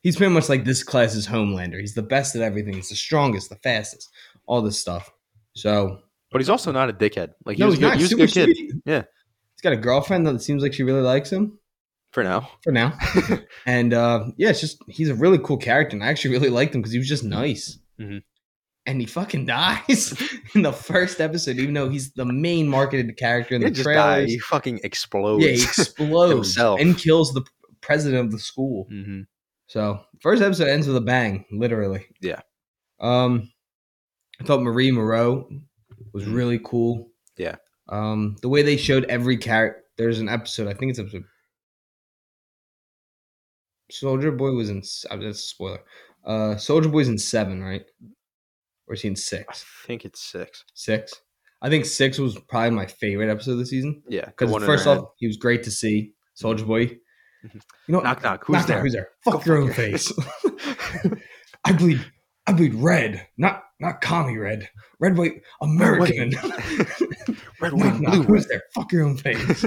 [SPEAKER 1] he's pretty much like this class's Homelander. He's the best at everything. He's the strongest, the fastest, all this stuff. So
[SPEAKER 2] But he's also not a dickhead. Like he
[SPEAKER 1] no,
[SPEAKER 2] was,
[SPEAKER 1] he's
[SPEAKER 2] good,
[SPEAKER 1] not
[SPEAKER 2] he was a
[SPEAKER 1] super
[SPEAKER 2] good kid
[SPEAKER 1] sweet.
[SPEAKER 2] Yeah.
[SPEAKER 1] he's got a girlfriend that seems like she really likes him
[SPEAKER 2] for now.
[SPEAKER 1] for now. and uh, yeah, it's just he's a really cool character, and I actually really liked him because he was just nice.
[SPEAKER 2] Mhm.
[SPEAKER 1] And he fucking dies in the first episode, even though he's the main marketed character in
[SPEAKER 2] He
[SPEAKER 1] the
[SPEAKER 2] just
[SPEAKER 1] trailers.
[SPEAKER 2] dies. He fucking explodes.
[SPEAKER 1] Yeah, he explodes
[SPEAKER 2] himself.
[SPEAKER 1] and kills the president of the school.
[SPEAKER 2] hmm
[SPEAKER 1] So first episode ends with a bang, literally.
[SPEAKER 2] Yeah.
[SPEAKER 1] Um, I thought Marie Moreau was
[SPEAKER 2] Mhm.
[SPEAKER 1] really cool.
[SPEAKER 2] Yeah.
[SPEAKER 1] Um, the way they showed every character. There's an episode. I think it's episode. Soldier Boy was in. s- uh, That's a spoiler. Uh, Soldier Boy's in seven, right? Or is he in
[SPEAKER 2] I
[SPEAKER 1] six?
[SPEAKER 2] think it's six.
[SPEAKER 1] Six. I think six was probably my favorite episode of the season
[SPEAKER 2] Yeah, the
[SPEAKER 1] because
[SPEAKER 2] one in
[SPEAKER 1] first
[SPEAKER 2] her head.
[SPEAKER 1] off, he was great to see. Soldier Boy. You know,
[SPEAKER 2] knock knock. Who's
[SPEAKER 1] Knock, knock,
[SPEAKER 2] there?
[SPEAKER 1] Who's there? Fuck
[SPEAKER 2] Go
[SPEAKER 1] your
[SPEAKER 2] fuck
[SPEAKER 1] own
[SPEAKER 2] your-
[SPEAKER 1] face. I bleed. I bleed red, not not commie red. Red white American.
[SPEAKER 2] Red, white,
[SPEAKER 1] knock,
[SPEAKER 2] and
[SPEAKER 1] knock,
[SPEAKER 2] blue.
[SPEAKER 1] Who's there? Fuck your own face.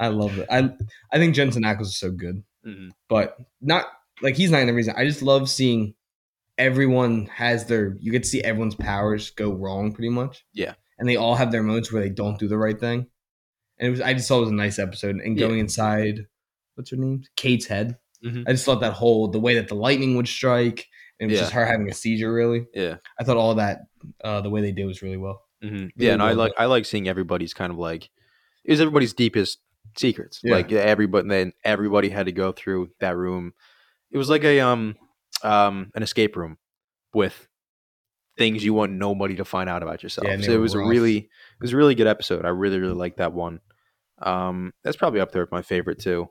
[SPEAKER 1] I love it. I I think Jensen Ackles is so good,
[SPEAKER 2] Mhm.
[SPEAKER 1] but not like he's not in the reason. I just love seeing everyone has their. You get to see everyone's powers go wrong pretty much.
[SPEAKER 2] Yeah.
[SPEAKER 1] and they all have their moments where they don't do the right thing. And it was I just thought it was a nice episode. And
[SPEAKER 2] Yeah.
[SPEAKER 1] going inside, what's her name? Kate's head.
[SPEAKER 2] Mhm.
[SPEAKER 1] I just thought that whole the way that the lightning would strike and it was
[SPEAKER 2] Yeah.
[SPEAKER 1] just her having a seizure. Really,
[SPEAKER 2] Yeah.
[SPEAKER 1] I thought all that uh, the way they did was really well.
[SPEAKER 2] hmm
[SPEAKER 1] Really
[SPEAKER 2] Yeah, and I
[SPEAKER 1] well
[SPEAKER 2] like I like seeing everybody's kind of like it was everybody's deepest secrets.
[SPEAKER 1] Yeah.
[SPEAKER 2] Like everybody then everybody had to go through that room. It was like a um um an escape room with things you want nobody to find out about yourself.
[SPEAKER 1] Yeah, and they
[SPEAKER 2] so it
[SPEAKER 1] were
[SPEAKER 2] was a
[SPEAKER 1] rough.
[SPEAKER 2] really it was a really good episode. I really really liked that one. Um that's probably up there with my favorite too.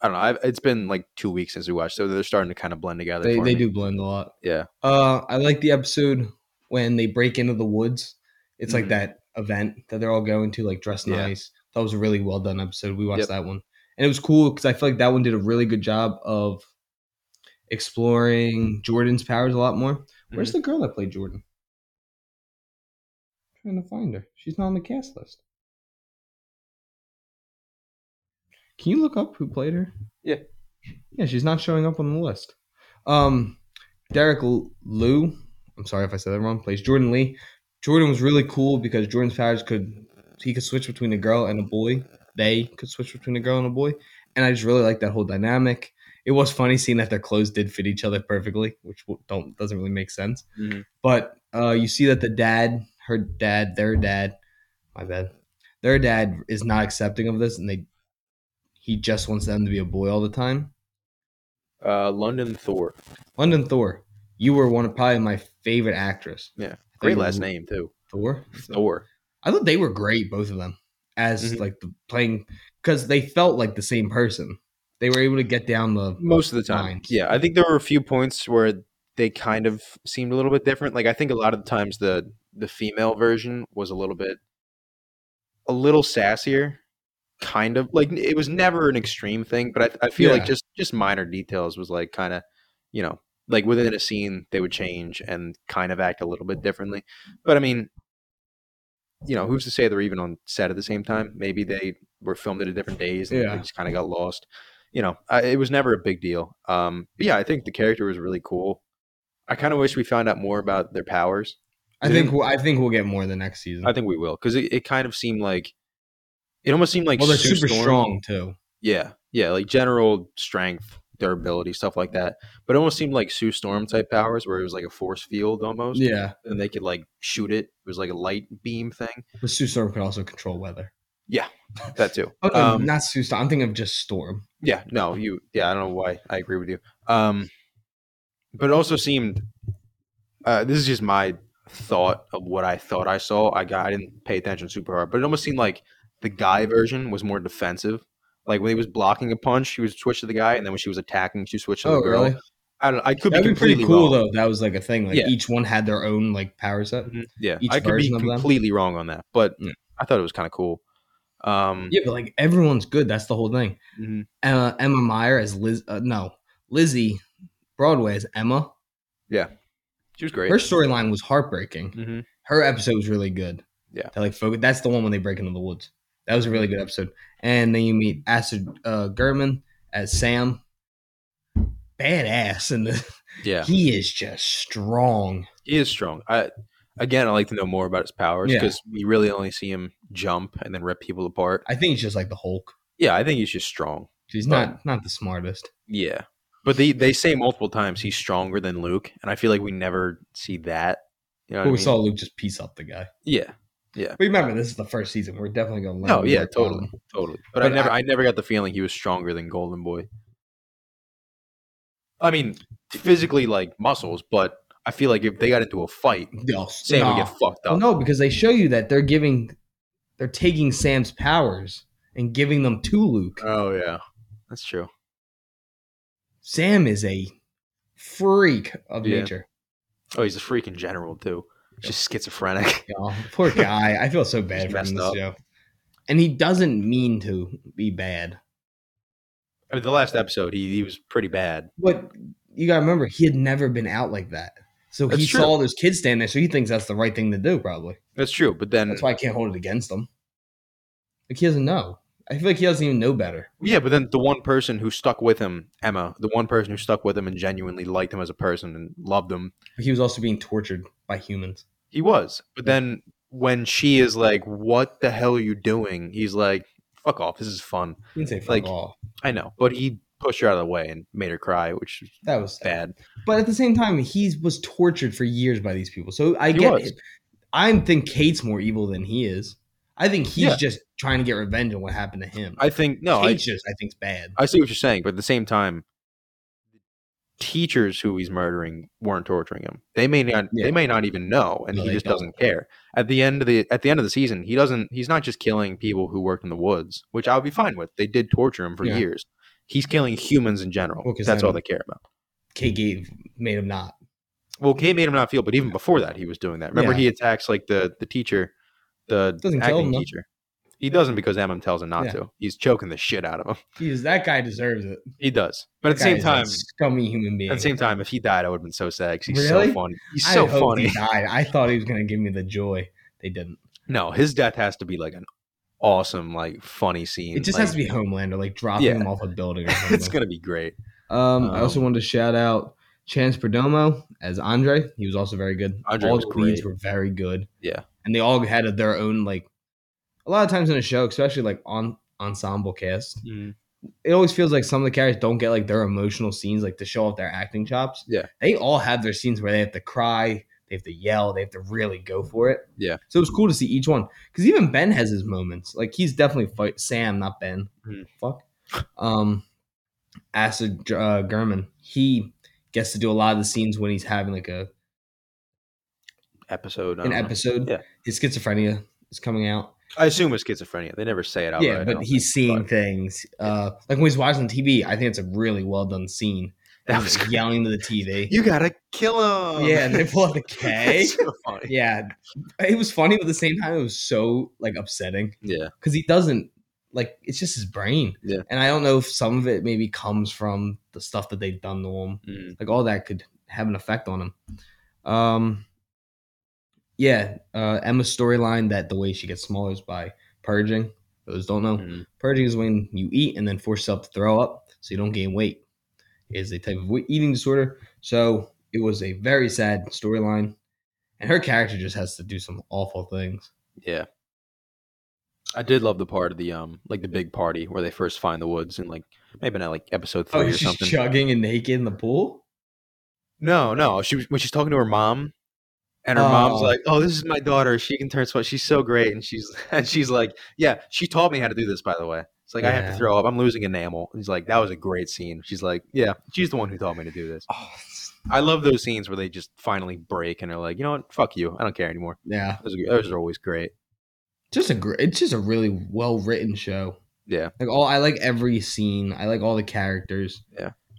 [SPEAKER 2] I don't know. I've, it's been like two weeks since we watched, so they're starting to kind of blend together.
[SPEAKER 1] They
[SPEAKER 2] for
[SPEAKER 1] they
[SPEAKER 2] me.
[SPEAKER 1] do blend a lot.
[SPEAKER 2] Yeah.
[SPEAKER 1] Uh, I like the episode when they break into the woods. It's
[SPEAKER 2] Mhm.
[SPEAKER 1] like that event that they're all going to, like dress
[SPEAKER 2] Yeah.
[SPEAKER 1] nice. That was a really well done episode. We watched
[SPEAKER 2] Yep.
[SPEAKER 1] that one, and it was cool because I feel like that one did a really good job of exploring Jordan's powers a lot more.
[SPEAKER 2] Mm-hmm.
[SPEAKER 1] Where's the girl that played Jordan? trying to find her. She's not on the cast list. Can you look up who played her?
[SPEAKER 2] Yeah.
[SPEAKER 1] Yeah, she's not showing up on the list. Um, Derek L- Liu, I'm sorry if I said that wrong, plays Jordan Lee. Jordan was really cool because Jordan's powers could he could switch between a girl and a boy. They could switch between a girl and a boy. And I just really like that whole dynamic. It was funny seeing that their clothes did fit each other perfectly, which w- don't doesn't really make sense.
[SPEAKER 2] Mhm.
[SPEAKER 1] But uh, you see that the dad, her dad, their dad, my bad, their dad is not accepting of this, and they he just wants them to be a boy all the time.
[SPEAKER 2] uh, London Thor?
[SPEAKER 1] London Thor, you were one of probably my favorite actress.
[SPEAKER 2] Yeah.
[SPEAKER 1] I
[SPEAKER 2] Great
[SPEAKER 1] think
[SPEAKER 2] last name too.
[SPEAKER 1] Thor.
[SPEAKER 2] Thor.
[SPEAKER 1] I thought they were great, both of them, as
[SPEAKER 2] Mhm.
[SPEAKER 1] like the playing because they felt like the same person. They were able to get down the
[SPEAKER 2] most of the time.
[SPEAKER 1] lines.
[SPEAKER 2] Yeah, I think there were a few points where they kind of seemed a little bit different. Like I think a lot of the times the the female version was a little bit a little sassier, kind of like it was never an extreme thing, but I, I feel like
[SPEAKER 1] Yeah.
[SPEAKER 2] just just minor details was like kind of you know like within a scene they would change and kind of act a little bit differently. But I mean. You know, who's to say they're even on set at the same time? Maybe they were filmed at a different days and
[SPEAKER 1] Yeah.
[SPEAKER 2] they just kind of got lost you know, I, it was never a big deal. Um, but yeah, I think the character was really cool. I kind of wish we found out more about their powers.
[SPEAKER 1] I think we'll, I think we'll get more the next season.
[SPEAKER 2] I think we will because it, it kind of seemed like it almost seemed like
[SPEAKER 1] well, they're
[SPEAKER 2] Sue
[SPEAKER 1] super
[SPEAKER 2] Storm-
[SPEAKER 1] strong too.
[SPEAKER 2] Yeah, yeah, like general strength, durability, stuff like that. But it almost seemed like Sue Storm type powers where it was like a force field almost,
[SPEAKER 1] Yeah,
[SPEAKER 2] and they could like shoot it. It was like a light beam thing.
[SPEAKER 1] but Sue Storm could also control weather.
[SPEAKER 2] That too.
[SPEAKER 1] Oh, no,
[SPEAKER 2] Um,
[SPEAKER 1] not Sue Storm. I'm thinking of just Storm.
[SPEAKER 2] Yeah, no, you. Yeah, I don't know why. I agree with you. Um, but it also seemed. Uh, this is just my thought of what I thought I saw. I got. I didn't pay attention super hard, but it almost seemed like the guy version was more defensive. Like when he was blocking a punch, she would switch to the guy, and then when she was attacking, she switched to
[SPEAKER 1] Oh,
[SPEAKER 2] the girl.
[SPEAKER 1] really?
[SPEAKER 2] I don't. know. I could
[SPEAKER 1] That'd
[SPEAKER 2] be
[SPEAKER 1] be
[SPEAKER 2] completely
[SPEAKER 1] pretty cool
[SPEAKER 2] wrong.
[SPEAKER 1] though. if That was like a thing. Like
[SPEAKER 2] Yeah.
[SPEAKER 1] each one had their own like power set.
[SPEAKER 2] Mhm. Yeah,
[SPEAKER 1] Each
[SPEAKER 2] I could be
[SPEAKER 1] version of them.
[SPEAKER 2] completely wrong on that, but
[SPEAKER 1] Yeah.
[SPEAKER 2] I thought it was kind of cool. Um,
[SPEAKER 1] Yeah, but like everyone's good. That's the whole thing.
[SPEAKER 2] mhm.
[SPEAKER 1] Uh, Emma Meyer as Liz. Uh, no, Lizzie Broadway as Emma.
[SPEAKER 2] she was great.
[SPEAKER 1] Her storyline was heartbreaking.
[SPEAKER 2] Mhm.
[SPEAKER 1] Her episode was really good.
[SPEAKER 2] Yeah.
[SPEAKER 1] They, like focus. That's the one when they break into the woods. That was a really good episode. And then you meet Acid uh, German as Sam. Badass, and the,
[SPEAKER 2] Yeah,
[SPEAKER 1] he is just strong.
[SPEAKER 2] he is strong. I again, I like to know more about his powers
[SPEAKER 1] Yeah.
[SPEAKER 2] because we really only see him jump and then rip people apart.
[SPEAKER 1] I think he's just like the Hulk.
[SPEAKER 2] Yeah, I think he's just strong.
[SPEAKER 1] He's
[SPEAKER 2] But-
[SPEAKER 1] not not the smartest.
[SPEAKER 2] Yeah, but they they say multiple times he's stronger than Luke, and I feel like we never see that. You
[SPEAKER 1] But
[SPEAKER 2] know what I
[SPEAKER 1] we
[SPEAKER 2] mean?
[SPEAKER 1] saw Luke just piece up the guy.
[SPEAKER 2] Yeah.
[SPEAKER 1] But remember, this is the first season. We're definitely gonna learn.
[SPEAKER 2] No. Oh, Yeah.
[SPEAKER 1] more about
[SPEAKER 2] Totally.
[SPEAKER 1] him.
[SPEAKER 2] Totally. But, I
[SPEAKER 1] But
[SPEAKER 2] never, I, never got the feeling he was stronger than Golden Boy. I mean, physically like muscles, but I feel like if they got into a fight,
[SPEAKER 1] No,
[SPEAKER 2] Sam
[SPEAKER 1] nah.
[SPEAKER 2] would get fucked
[SPEAKER 1] Well,
[SPEAKER 2] up.
[SPEAKER 1] no, because they show you that they're giving, they're taking Sam's powers and giving them to Luke.
[SPEAKER 2] Oh yeah, that's true.
[SPEAKER 1] Sam is a freak of
[SPEAKER 2] Yeah.
[SPEAKER 1] nature.
[SPEAKER 2] Oh, he's a freaking general too. Just schizophrenic.
[SPEAKER 1] Y'all. Poor guy. I feel so bad
[SPEAKER 2] He's
[SPEAKER 1] for him in
[SPEAKER 2] messed
[SPEAKER 1] this
[SPEAKER 2] up.
[SPEAKER 1] show. And he doesn't mean to be bad.
[SPEAKER 2] I mean, the last episode, he he was pretty bad.
[SPEAKER 1] But you gotta remember, he had never been out like that. So he
[SPEAKER 2] That's true.
[SPEAKER 1] saw all those kids standing there, so he thinks that's the right thing to do, probably.
[SPEAKER 2] That's true. But then,
[SPEAKER 1] That's why I can't hold it against him. Like he doesn't know. I feel like he doesn't even know better.
[SPEAKER 2] yeah, but then the one person who stuck with him, Emma, the one person who stuck with him and genuinely liked him as a person and loved him,
[SPEAKER 1] But he was also being tortured by humans.
[SPEAKER 2] He was. But then when she is like, What the hell are you doing? He's like, Fuck off. This is fun.
[SPEAKER 1] He didn't say fuck
[SPEAKER 2] Like-
[SPEAKER 1] off.
[SPEAKER 2] I know. But he pushed her out of the way and made her cry, which is
[SPEAKER 1] That was sad.
[SPEAKER 2] bad.
[SPEAKER 1] But at the same time, he was tortured for years by these people. So I
[SPEAKER 2] He
[SPEAKER 1] get
[SPEAKER 2] was.
[SPEAKER 1] it. I think Kate's more evil than he is. I think he's
[SPEAKER 2] Yeah.
[SPEAKER 1] just trying to get revenge on what happened to him.
[SPEAKER 2] I think, no, I,
[SPEAKER 1] Kate's just I think's bad.
[SPEAKER 2] I see what you're saying. But at the same time, teachers who he's murdering weren't torturing him. They may not,
[SPEAKER 1] Yeah.
[SPEAKER 2] they may not even know. And
[SPEAKER 1] No,
[SPEAKER 2] he
[SPEAKER 1] they
[SPEAKER 2] just
[SPEAKER 1] don't.
[SPEAKER 2] doesn't care. At the end of the, at the end of the season, he doesn't, he's not just killing people who worked in the woods, which I would be fine with. They did torture him for
[SPEAKER 1] Yeah.
[SPEAKER 2] years. He's killing humans in general.
[SPEAKER 1] Well, 'cause
[SPEAKER 2] That's
[SPEAKER 1] then-
[SPEAKER 2] all they care about.
[SPEAKER 1] Kate gave made him not.
[SPEAKER 2] Well, Kate made him not feel, but even before that, he was doing that. Remember,
[SPEAKER 1] Yeah.
[SPEAKER 2] he attacks like the the teacher, the
[SPEAKER 1] Doesn't kill
[SPEAKER 2] acting
[SPEAKER 1] him, though.
[SPEAKER 2] teacher. He doesn't because Eminem tells him not
[SPEAKER 1] Yeah.
[SPEAKER 2] to. He's choking the shit out of him.
[SPEAKER 1] He's that guy deserves it.
[SPEAKER 2] He does, but at
[SPEAKER 1] That
[SPEAKER 2] the
[SPEAKER 1] guy
[SPEAKER 2] same
[SPEAKER 1] is a
[SPEAKER 2] time,
[SPEAKER 1] scummy human being.
[SPEAKER 2] at the same time, if he died, I would have been so sad 'cause he's
[SPEAKER 1] Really?
[SPEAKER 2] so funny. He's
[SPEAKER 1] I
[SPEAKER 2] so
[SPEAKER 1] hope
[SPEAKER 2] funny.
[SPEAKER 1] he died. I thought he was gonna give me the joy. They didn't.
[SPEAKER 2] No, his death has to be like an awesome, like funny scene.
[SPEAKER 1] It just
[SPEAKER 2] like,
[SPEAKER 1] has to be Homelander, like dropping
[SPEAKER 2] Yeah.
[SPEAKER 1] him off a building or something.
[SPEAKER 2] it's gonna be great.
[SPEAKER 1] Um, I also
[SPEAKER 2] Um,
[SPEAKER 1] wanted to shout out Chance Perdomo as Andre. He was also very good.
[SPEAKER 2] Andre
[SPEAKER 1] all
[SPEAKER 2] was
[SPEAKER 1] the leads
[SPEAKER 2] great.
[SPEAKER 1] were very good.
[SPEAKER 2] Yeah.
[SPEAKER 1] and they all had their own like. A lot of times in a show, especially like on ensemble cast, it always feels like some of the characters don't get like their emotional scenes, like to show off their acting chops.
[SPEAKER 2] Yeah.
[SPEAKER 1] they all have their scenes where they have to cry, they have to yell, they have to really go for it.
[SPEAKER 2] Yeah.
[SPEAKER 1] so it was cool to see each one because even Ben has his moments. Like he's definitely fight Sam, not Ben.
[SPEAKER 2] Mhm.
[SPEAKER 1] Fuck. Um, Acid uh, German, he gets to do a lot of the scenes when he's having like a
[SPEAKER 2] Episode. I,
[SPEAKER 1] an
[SPEAKER 2] don't know.
[SPEAKER 1] episode.
[SPEAKER 2] Yeah.
[SPEAKER 1] His schizophrenia is coming out.
[SPEAKER 2] I assume it's schizophrenia. They never say it out.
[SPEAKER 1] yeah, but he's seeing things. Uh, like when he's watching TV, I think it's a really well done scene.
[SPEAKER 2] that
[SPEAKER 1] He's,
[SPEAKER 2] was
[SPEAKER 1] like,
[SPEAKER 2] great.
[SPEAKER 1] yelling to the TV.
[SPEAKER 2] You gotta kill him.
[SPEAKER 1] yeah, and Oh, they pull out the K.
[SPEAKER 2] It's so funny.
[SPEAKER 1] yeah, it was funny, but at the same time, it was so like upsetting
[SPEAKER 2] Yeah.
[SPEAKER 1] because he doesn't like. It's just his brain.
[SPEAKER 2] Yeah.
[SPEAKER 1] and I don't know if some of it maybe comes from the stuff that they've done to him.
[SPEAKER 2] Mm.
[SPEAKER 1] like all that could have an effect on him. Um, yeah, uh, Emma's storyline that the way she gets smaller is by purging. Those don't know,
[SPEAKER 2] Mm.
[SPEAKER 1] purging is when you eat and then force yourself to throw up so you don't gain weight. It is a type of weight eating disorder. So it was a very sad storyline, and her character just has to do some awful things.
[SPEAKER 2] Yeah. I did love the part of the um like the big party where they first find the woods and like maybe not like episode three
[SPEAKER 1] Oh,
[SPEAKER 2] or
[SPEAKER 1] she's
[SPEAKER 2] something.
[SPEAKER 1] chugging and naked in the pool.
[SPEAKER 2] no, no. She was when she's talking to her mom and her mom's
[SPEAKER 1] Oh.
[SPEAKER 2] like, Oh, this is my daughter. She can turn sweat. She's so great. And she's and she's like, Yeah, she taught me how to do this, by the way. It's like I have
[SPEAKER 1] Yeah.
[SPEAKER 2] to throw up. I'm losing enamel. And he's like, That was a great scene. She's like, Yeah, she's the one who taught me to do this.
[SPEAKER 1] Oh,
[SPEAKER 2] I love those scenes where they just finally break and are like, you know what? Fuck you. I don't care anymore.
[SPEAKER 1] yeah,
[SPEAKER 2] Those are, those are always great.
[SPEAKER 1] Just a gr- it's just a really well written show.
[SPEAKER 2] Yeah.
[SPEAKER 1] Like all I like every scene. I like all the characters.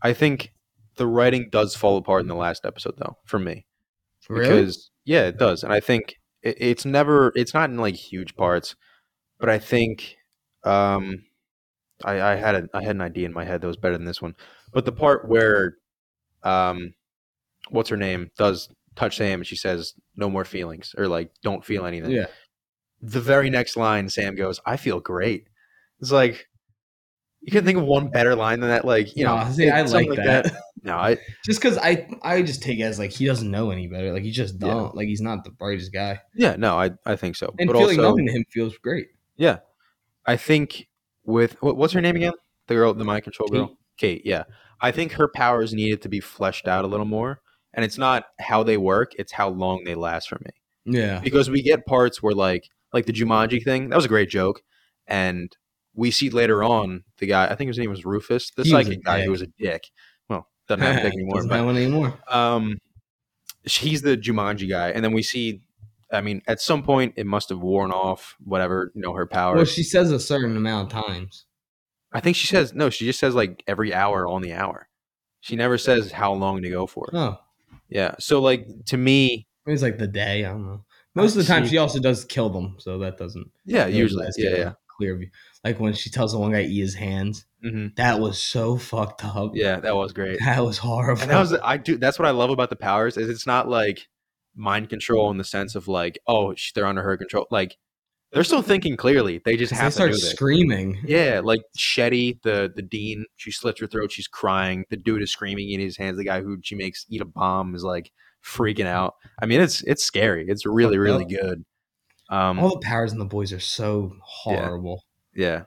[SPEAKER 2] I think the writing does fall apart in the last episode, though, for me.
[SPEAKER 1] Really?
[SPEAKER 2] Because yeah, it does, and I think it, it's never, it's not in like huge parts, but I think, um, I, I had a, I had an idea in my head that was better than this one, but the part where, um, what's her name does touch Sam and she says no more feelings or like don't feel anything.
[SPEAKER 1] yeah.
[SPEAKER 2] The very next line, Sam goes, "I feel great." It's like you can think of one better line than that. Like you know,
[SPEAKER 1] Nah, see, I like
[SPEAKER 2] something
[SPEAKER 1] that.
[SPEAKER 2] No, I,
[SPEAKER 1] just because I I just take it as like he doesn't know any better. Like he just
[SPEAKER 2] Yeah.
[SPEAKER 1] don't. Like he's not the brightest guy.
[SPEAKER 2] Yeah, no, I I think so.
[SPEAKER 1] And
[SPEAKER 2] but
[SPEAKER 1] feeling
[SPEAKER 2] also,
[SPEAKER 1] nothing to him feels great.
[SPEAKER 2] I think with what, what's her name again? The girl, the mind control girl, Kate. Yeah, I think her powers needed to be fleshed out a little more, and it's not how they work; it's how long they last for me.
[SPEAKER 1] Yeah.
[SPEAKER 2] Because we get parts where, like, like the Jumanji thing, that was a great joke, and we see later on the guy. I think his name was Rufus, the
[SPEAKER 1] He was a
[SPEAKER 2] psychic guy who
[SPEAKER 1] dick.
[SPEAKER 2] was a dick. Well, doesn't have a dick anymore.
[SPEAKER 1] Doesn't
[SPEAKER 2] but-
[SPEAKER 1] have one anymore.
[SPEAKER 2] um he's the Jumanji guy, and then we see. I mean, at some point, it must have worn off. Whatever, you know, her power.
[SPEAKER 1] Well, she says a certain amount of times.
[SPEAKER 2] I think she says no. She just says like every hour on the hour. She never says how long to go for.
[SPEAKER 1] Oh,
[SPEAKER 2] Yeah. So like to me,
[SPEAKER 1] it's like the day. I don't know. Most of the time,
[SPEAKER 2] She-
[SPEAKER 1] she also does kill them, so that doesn't
[SPEAKER 2] yeah,
[SPEAKER 1] really
[SPEAKER 2] Uh, usually,
[SPEAKER 1] last
[SPEAKER 2] yeah,
[SPEAKER 1] a
[SPEAKER 2] yeah,
[SPEAKER 1] clear view. Like when she tells the one guy to eat his hands.
[SPEAKER 2] hmm
[SPEAKER 1] That was so fucked up.
[SPEAKER 2] yeah. That was great.
[SPEAKER 1] That was horrible.
[SPEAKER 2] And that was I do. That's what I love about the powers is it's not like mind control in the sense of like oh sh- they're under her control. Like they're still thinking clearly. They just
[SPEAKER 1] they
[SPEAKER 2] have to
[SPEAKER 1] start
[SPEAKER 2] do this.
[SPEAKER 1] screaming.
[SPEAKER 2] Yeah, like Shetty, the the dean, she slits her throat. She's crying. The dude is screaming in his hands. The guy who she makes eat a bomb is like freaking out. I mean, it's it's scary. It's really
[SPEAKER 1] Fucked
[SPEAKER 2] really
[SPEAKER 1] up.
[SPEAKER 2] good. Um,
[SPEAKER 1] All the powers and the boys are so horrible.
[SPEAKER 2] yeah,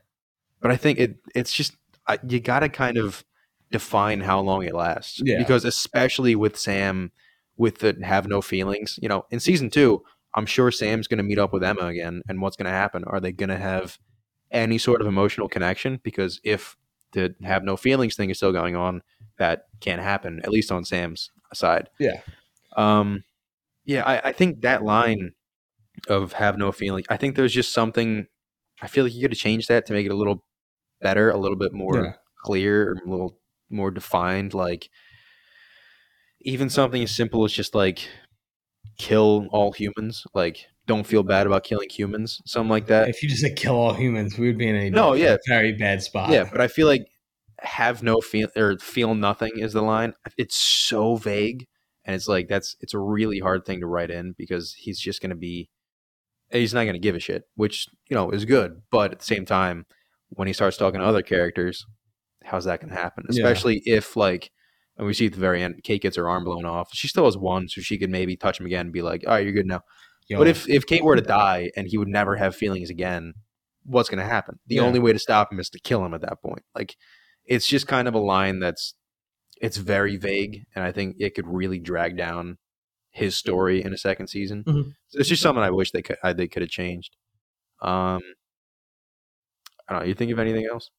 [SPEAKER 2] but I think it it's just I, you got to kind of define how long it lasts.
[SPEAKER 1] Yeah.
[SPEAKER 2] because especially with Sam, with the have no feelings. You know, in season two, I'm sure Sam's going to meet up with Emma again, and what's going to happen? Are they going to have any sort of emotional connection? Because if the have no feelings thing is still going on, that can't happen. At least on Sam's side.
[SPEAKER 1] Yeah.
[SPEAKER 2] Um. Yeah, I, I think that line of have no feeling. I think there's just something. I feel like you could have changed that to make it a little better, a little bit more
[SPEAKER 1] Yeah.
[SPEAKER 2] clear, or a little more defined. Like even something as simple as just like kill all humans. Like don't feel bad about killing humans. Something like that.
[SPEAKER 1] If you just said kill all humans, we would be in a
[SPEAKER 2] No, yeah.
[SPEAKER 1] very bad spot.
[SPEAKER 2] Yeah, but I feel like have no feel or feel nothing is the line. It's so vague, and it's like that's it's a really hard thing to write in because he's just gonna be, he's not gonna give a shit, which you know is good, but at the same time, when he starts talking to other characters, how's that gonna happen?
[SPEAKER 1] Yeah.
[SPEAKER 2] Especially if like. And we see at the very end, Kate gets her arm blown off. She still has one, so she could maybe touch him again and be like, "All right, you're good now."
[SPEAKER 1] Yo,
[SPEAKER 2] But if if Kate were to die and he would never have feelings again, what's going to happen? The
[SPEAKER 1] Yeah.
[SPEAKER 2] only way to stop him is to kill him at that point. Like it's just kind of a line that's it's very vague and I think it could really drag down his story in a second season.
[SPEAKER 1] Mhm.
[SPEAKER 2] So it's just something I wish they could I, they could have changed. Um I don't know. You think of anything else?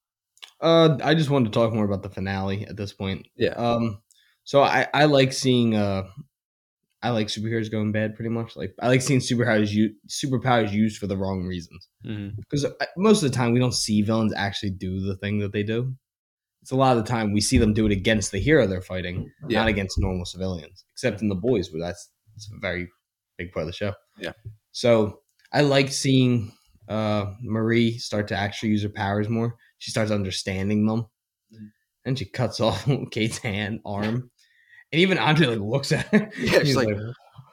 [SPEAKER 1] uh, I just wanted to talk more about the finale at this point.
[SPEAKER 2] Yeah.
[SPEAKER 1] Um, so I I like seeing uh, I like superheroes going bad pretty much. Like I like seeing superpowers u- superpowers used for the wrong reasons
[SPEAKER 2] Mm-hmm.
[SPEAKER 1] because most of the time we don't see villains actually do the thing that they do. It's a lot of the time we see them do it against the hero they're fighting,
[SPEAKER 2] Yeah.
[SPEAKER 1] not against normal civilians. Except in the boys, but that's it's a very big part of the show.
[SPEAKER 2] Yeah.
[SPEAKER 1] So I like seeing uh, Marie start to actually use her powers more. She starts understanding them,
[SPEAKER 2] Mm.
[SPEAKER 1] and she cuts off Kate's hand, arm, and even Andre like looks at her.
[SPEAKER 2] Yeah, she's like,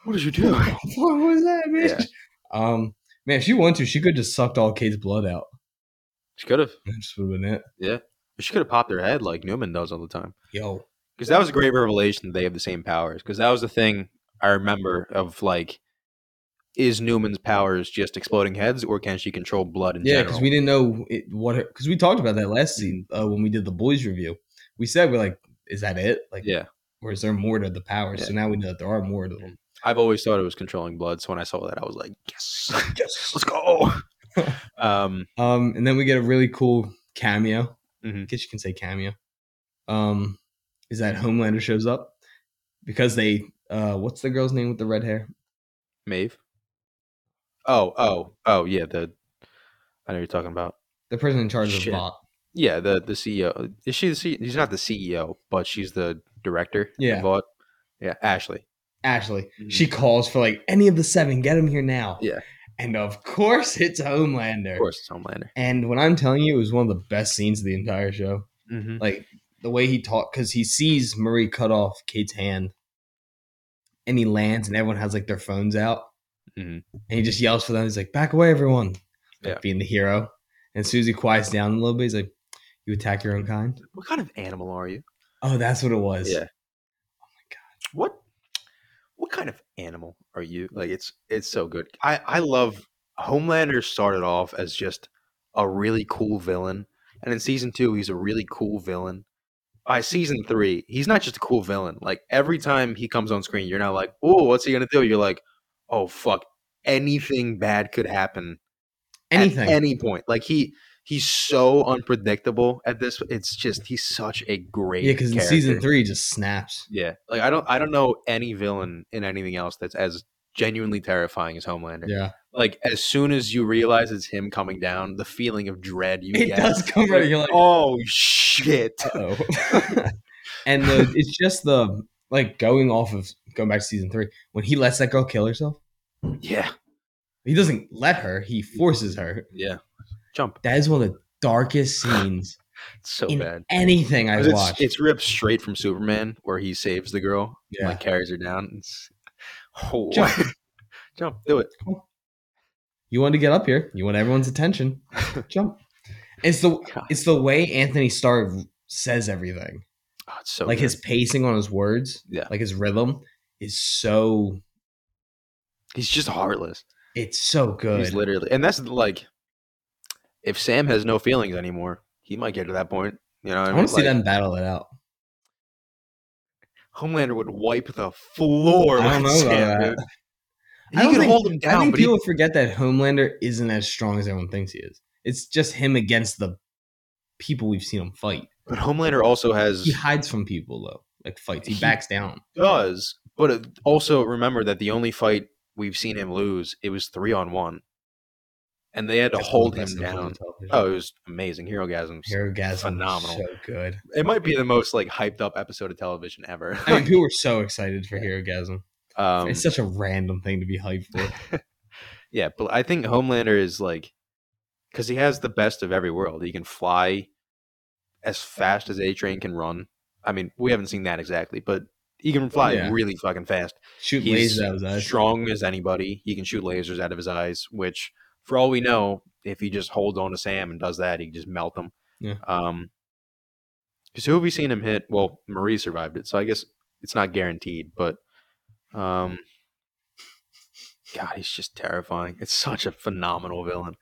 [SPEAKER 2] What did you do?
[SPEAKER 1] what was that, bitch?
[SPEAKER 2] Yeah.
[SPEAKER 1] Um, man, if she wanted to, she could just sucked all Kate's blood out.
[SPEAKER 2] She could have.
[SPEAKER 1] That just would have been it.
[SPEAKER 2] She could have popped her head like Newman does all the time.
[SPEAKER 1] Yo,
[SPEAKER 2] because that was a great revelation that they have the same powers because that was the thing i remember of like is newman's powers just exploding heads or can she control blood in
[SPEAKER 1] yeah,
[SPEAKER 2] general
[SPEAKER 1] because we didn't know it, what because we talked about that last scene uh, when we did the boys review. We said we're like, is that it? Like,
[SPEAKER 2] yeah
[SPEAKER 1] or is there more to the powers? So now we know that there are more to them.
[SPEAKER 2] i've always thought it was controlling blood so when i saw that i was like yes yes let's go um
[SPEAKER 1] Um, and then we get a really cool cameo.
[SPEAKER 2] Mhm.
[SPEAKER 1] I guess you can say cameo. Um, is that Homelander shows up because they uh, what's the girl's name with the red hair?
[SPEAKER 2] Maeve. oh oh oh yeah the I know you're talking about.
[SPEAKER 1] The person in charge
[SPEAKER 2] Shit.
[SPEAKER 1] of bot.
[SPEAKER 2] Yeah, the the CEO. Is she the C- She's not the CEO, but she's the director. of
[SPEAKER 1] Yeah.
[SPEAKER 2] Vought. Yeah, Ashley.
[SPEAKER 1] Ashley.
[SPEAKER 2] Mhm.
[SPEAKER 1] She calls for like any of the seven. Get him here now.
[SPEAKER 2] Yeah.
[SPEAKER 1] And of course, it's Homelander.
[SPEAKER 2] Of course, it's Homelander.
[SPEAKER 1] And when I'm telling you, it was one of the best scenes of the entire show.
[SPEAKER 2] Mm-hmm.
[SPEAKER 1] Like the way he talked, because he sees Marie cut off Kate's hand, and he lands, and everyone has like their phones out,
[SPEAKER 2] Mhm.
[SPEAKER 1] and he just yells for them. He's like, "Back away, everyone!" Like
[SPEAKER 2] Yeah.
[SPEAKER 1] being the hero. And Susie quiets down a little bit. He's like, "You attack your own kind."
[SPEAKER 2] What kind of animal are you?
[SPEAKER 1] Oh, that's what it was.
[SPEAKER 2] Yeah. Oh What? What kind of animal are you? Like it's it's so good. I I love Homelander started off as just a really cool villain, and in season two he's a really cool villain. By season three, he's not just a cool villain. Like every time he comes on screen, you're not like, oh, what's he gonna do? You're like, oh fuck, anything bad could happen
[SPEAKER 1] Anything.
[SPEAKER 2] at any point. Like he he's so unpredictable at this. It's just he's such a great.
[SPEAKER 1] yeah, because in season
[SPEAKER 2] character.
[SPEAKER 1] three, he just snaps.
[SPEAKER 2] Yeah, like I don't I don't know any villain in anything else that's as genuinely terrifying as Homelander.
[SPEAKER 1] Yeah.
[SPEAKER 2] Like as soon as you realize it's him coming down, the feeling of dread you
[SPEAKER 1] It
[SPEAKER 2] get.
[SPEAKER 1] does come
[SPEAKER 2] You're
[SPEAKER 1] right. You're like,
[SPEAKER 2] oh shit!
[SPEAKER 1] oh. and the, it's just the like going off of going back to season three when he lets that girl kill herself.
[SPEAKER 2] Yeah,
[SPEAKER 1] He doesn't let her; he forces her.
[SPEAKER 2] yeah. Jump.
[SPEAKER 1] That is one of the darkest scenes
[SPEAKER 2] It's so
[SPEAKER 1] in
[SPEAKER 2] bad.
[SPEAKER 1] anything I've
[SPEAKER 2] 'Cause It's,
[SPEAKER 1] watched.
[SPEAKER 2] it's ripped straight from Superman, where he saves the girl, and,
[SPEAKER 1] Yeah.
[SPEAKER 2] like carries her down. It's, oh,
[SPEAKER 1] Jump.
[SPEAKER 2] jump, do it.
[SPEAKER 1] you want to get up here. You want everyone's attention. Jump. It's the
[SPEAKER 2] God.
[SPEAKER 1] it's the way Anthony Starr says everything.
[SPEAKER 2] Oh, it's so
[SPEAKER 1] like
[SPEAKER 2] good.
[SPEAKER 1] his pacing on his words.
[SPEAKER 2] Yeah.
[SPEAKER 1] Like his rhythm is so.
[SPEAKER 2] he's just heartless.
[SPEAKER 1] It's so
[SPEAKER 2] He's
[SPEAKER 1] good.
[SPEAKER 2] literally, and that's like, if Sam has no feelings anymore, he might get to that point. You know, what
[SPEAKER 1] I
[SPEAKER 2] I
[SPEAKER 1] want
[SPEAKER 2] mean?
[SPEAKER 1] to see
[SPEAKER 2] Like,
[SPEAKER 1] them battle it out.
[SPEAKER 2] Homelander would wipe the floor.
[SPEAKER 1] I don't
[SPEAKER 2] with
[SPEAKER 1] know about
[SPEAKER 2] Sam,
[SPEAKER 1] that.
[SPEAKER 2] dude.
[SPEAKER 1] I
[SPEAKER 2] He
[SPEAKER 1] don't
[SPEAKER 2] could
[SPEAKER 1] think-
[SPEAKER 2] hold him
[SPEAKER 1] I
[SPEAKER 2] down,
[SPEAKER 1] think
[SPEAKER 2] but he-
[SPEAKER 1] people forget that Homelander isn't as strong as everyone thinks he is. It's just him against the people we've seen him fight.
[SPEAKER 2] but Homelander also has
[SPEAKER 1] He hides from people though, like fights. He,
[SPEAKER 2] He-
[SPEAKER 1] backs down.
[SPEAKER 2] does, but it- also remember that the only fight we've seen him lose, it was three on one, and they had to
[SPEAKER 1] That's
[SPEAKER 2] hold
[SPEAKER 1] the best
[SPEAKER 2] him
[SPEAKER 1] in film
[SPEAKER 2] down.
[SPEAKER 1] and television.
[SPEAKER 2] Oh, it was amazing. Hero gasms.
[SPEAKER 1] Hero Gasm,
[SPEAKER 2] phenomenal.
[SPEAKER 1] so good.
[SPEAKER 2] It might be the most like hyped up episode of television ever.
[SPEAKER 1] I mean, people were so excited for Hero Gasm.
[SPEAKER 2] um,
[SPEAKER 1] it's such a random thing to be hyped for.
[SPEAKER 2] Yeah, but I think Homelander is like, because he has the best of every world. He can fly as fast as A Train can run. I mean, we haven't seen that exactly, but he can fly
[SPEAKER 1] Yeah.
[SPEAKER 2] really fucking fast.
[SPEAKER 1] Shoot
[SPEAKER 2] He's
[SPEAKER 1] lasers out of his eyes.
[SPEAKER 2] Strong as anybody. He can shoot lasers out of his eyes, which, for all we know, if he just holds on to Sam and does that, he can just melt them.
[SPEAKER 1] Yeah.
[SPEAKER 2] Um, because who have we seen him hit? Well, Marie survived it, so I guess it's not guaranteed. But, um, God, he's just terrifying. It's such a phenomenal villain.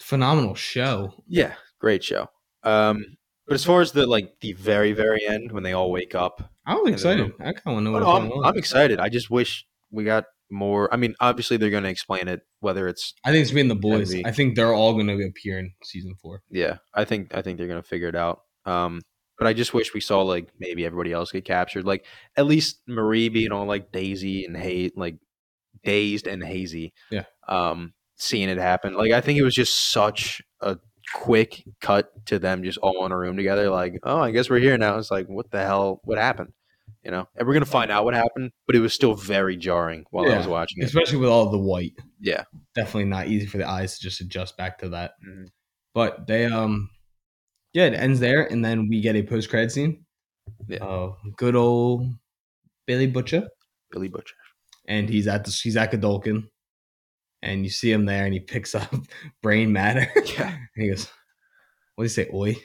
[SPEAKER 1] Phenomenal show.
[SPEAKER 2] Yeah, great show. Um, but as far as the like the very very end when they all wake up,
[SPEAKER 1] I'm
[SPEAKER 2] then-
[SPEAKER 1] excited. I kind of want to know
[SPEAKER 2] Oh,
[SPEAKER 1] what's
[SPEAKER 2] no,
[SPEAKER 1] going
[SPEAKER 2] I'm,
[SPEAKER 1] on.
[SPEAKER 2] I'm excited. I just wish we got more. I mean, obviously they're going to explain it. Whether it's
[SPEAKER 1] I think it's being the boys.
[SPEAKER 2] be.
[SPEAKER 1] I think they're all going to appear in season four.
[SPEAKER 2] yeah, I think I think they're going to figure it out. Um, but I just wish we saw like maybe everybody else get captured. Like at least Marie being all like Daisy and Hay, like dazed and hazy.
[SPEAKER 1] Yeah.
[SPEAKER 2] Um, seeing it happen. Like I think it was just such a quick cut to them just all in a room together. Like oh, I guess we're here now. It's like what the hell? What happened? You know, and we're gonna find out what happened, but it was still very jarring while I was
[SPEAKER 1] Yeah.
[SPEAKER 2] watching it.
[SPEAKER 1] Especially with all the white.
[SPEAKER 2] Yeah.
[SPEAKER 1] definitely not easy for the eyes to just adjust back to that.
[SPEAKER 2] Mhm.
[SPEAKER 1] But they um yeah, it ends there and then we get a post credit scene.
[SPEAKER 2] Yeah.
[SPEAKER 1] Oh, good old Billy Butcher.
[SPEAKER 2] Billy Butcher.
[SPEAKER 1] And he's at the he's at Godolkin. And you see him there and he picks up brain matter.
[SPEAKER 2] Yeah.
[SPEAKER 1] and he goes, What do you say, oi?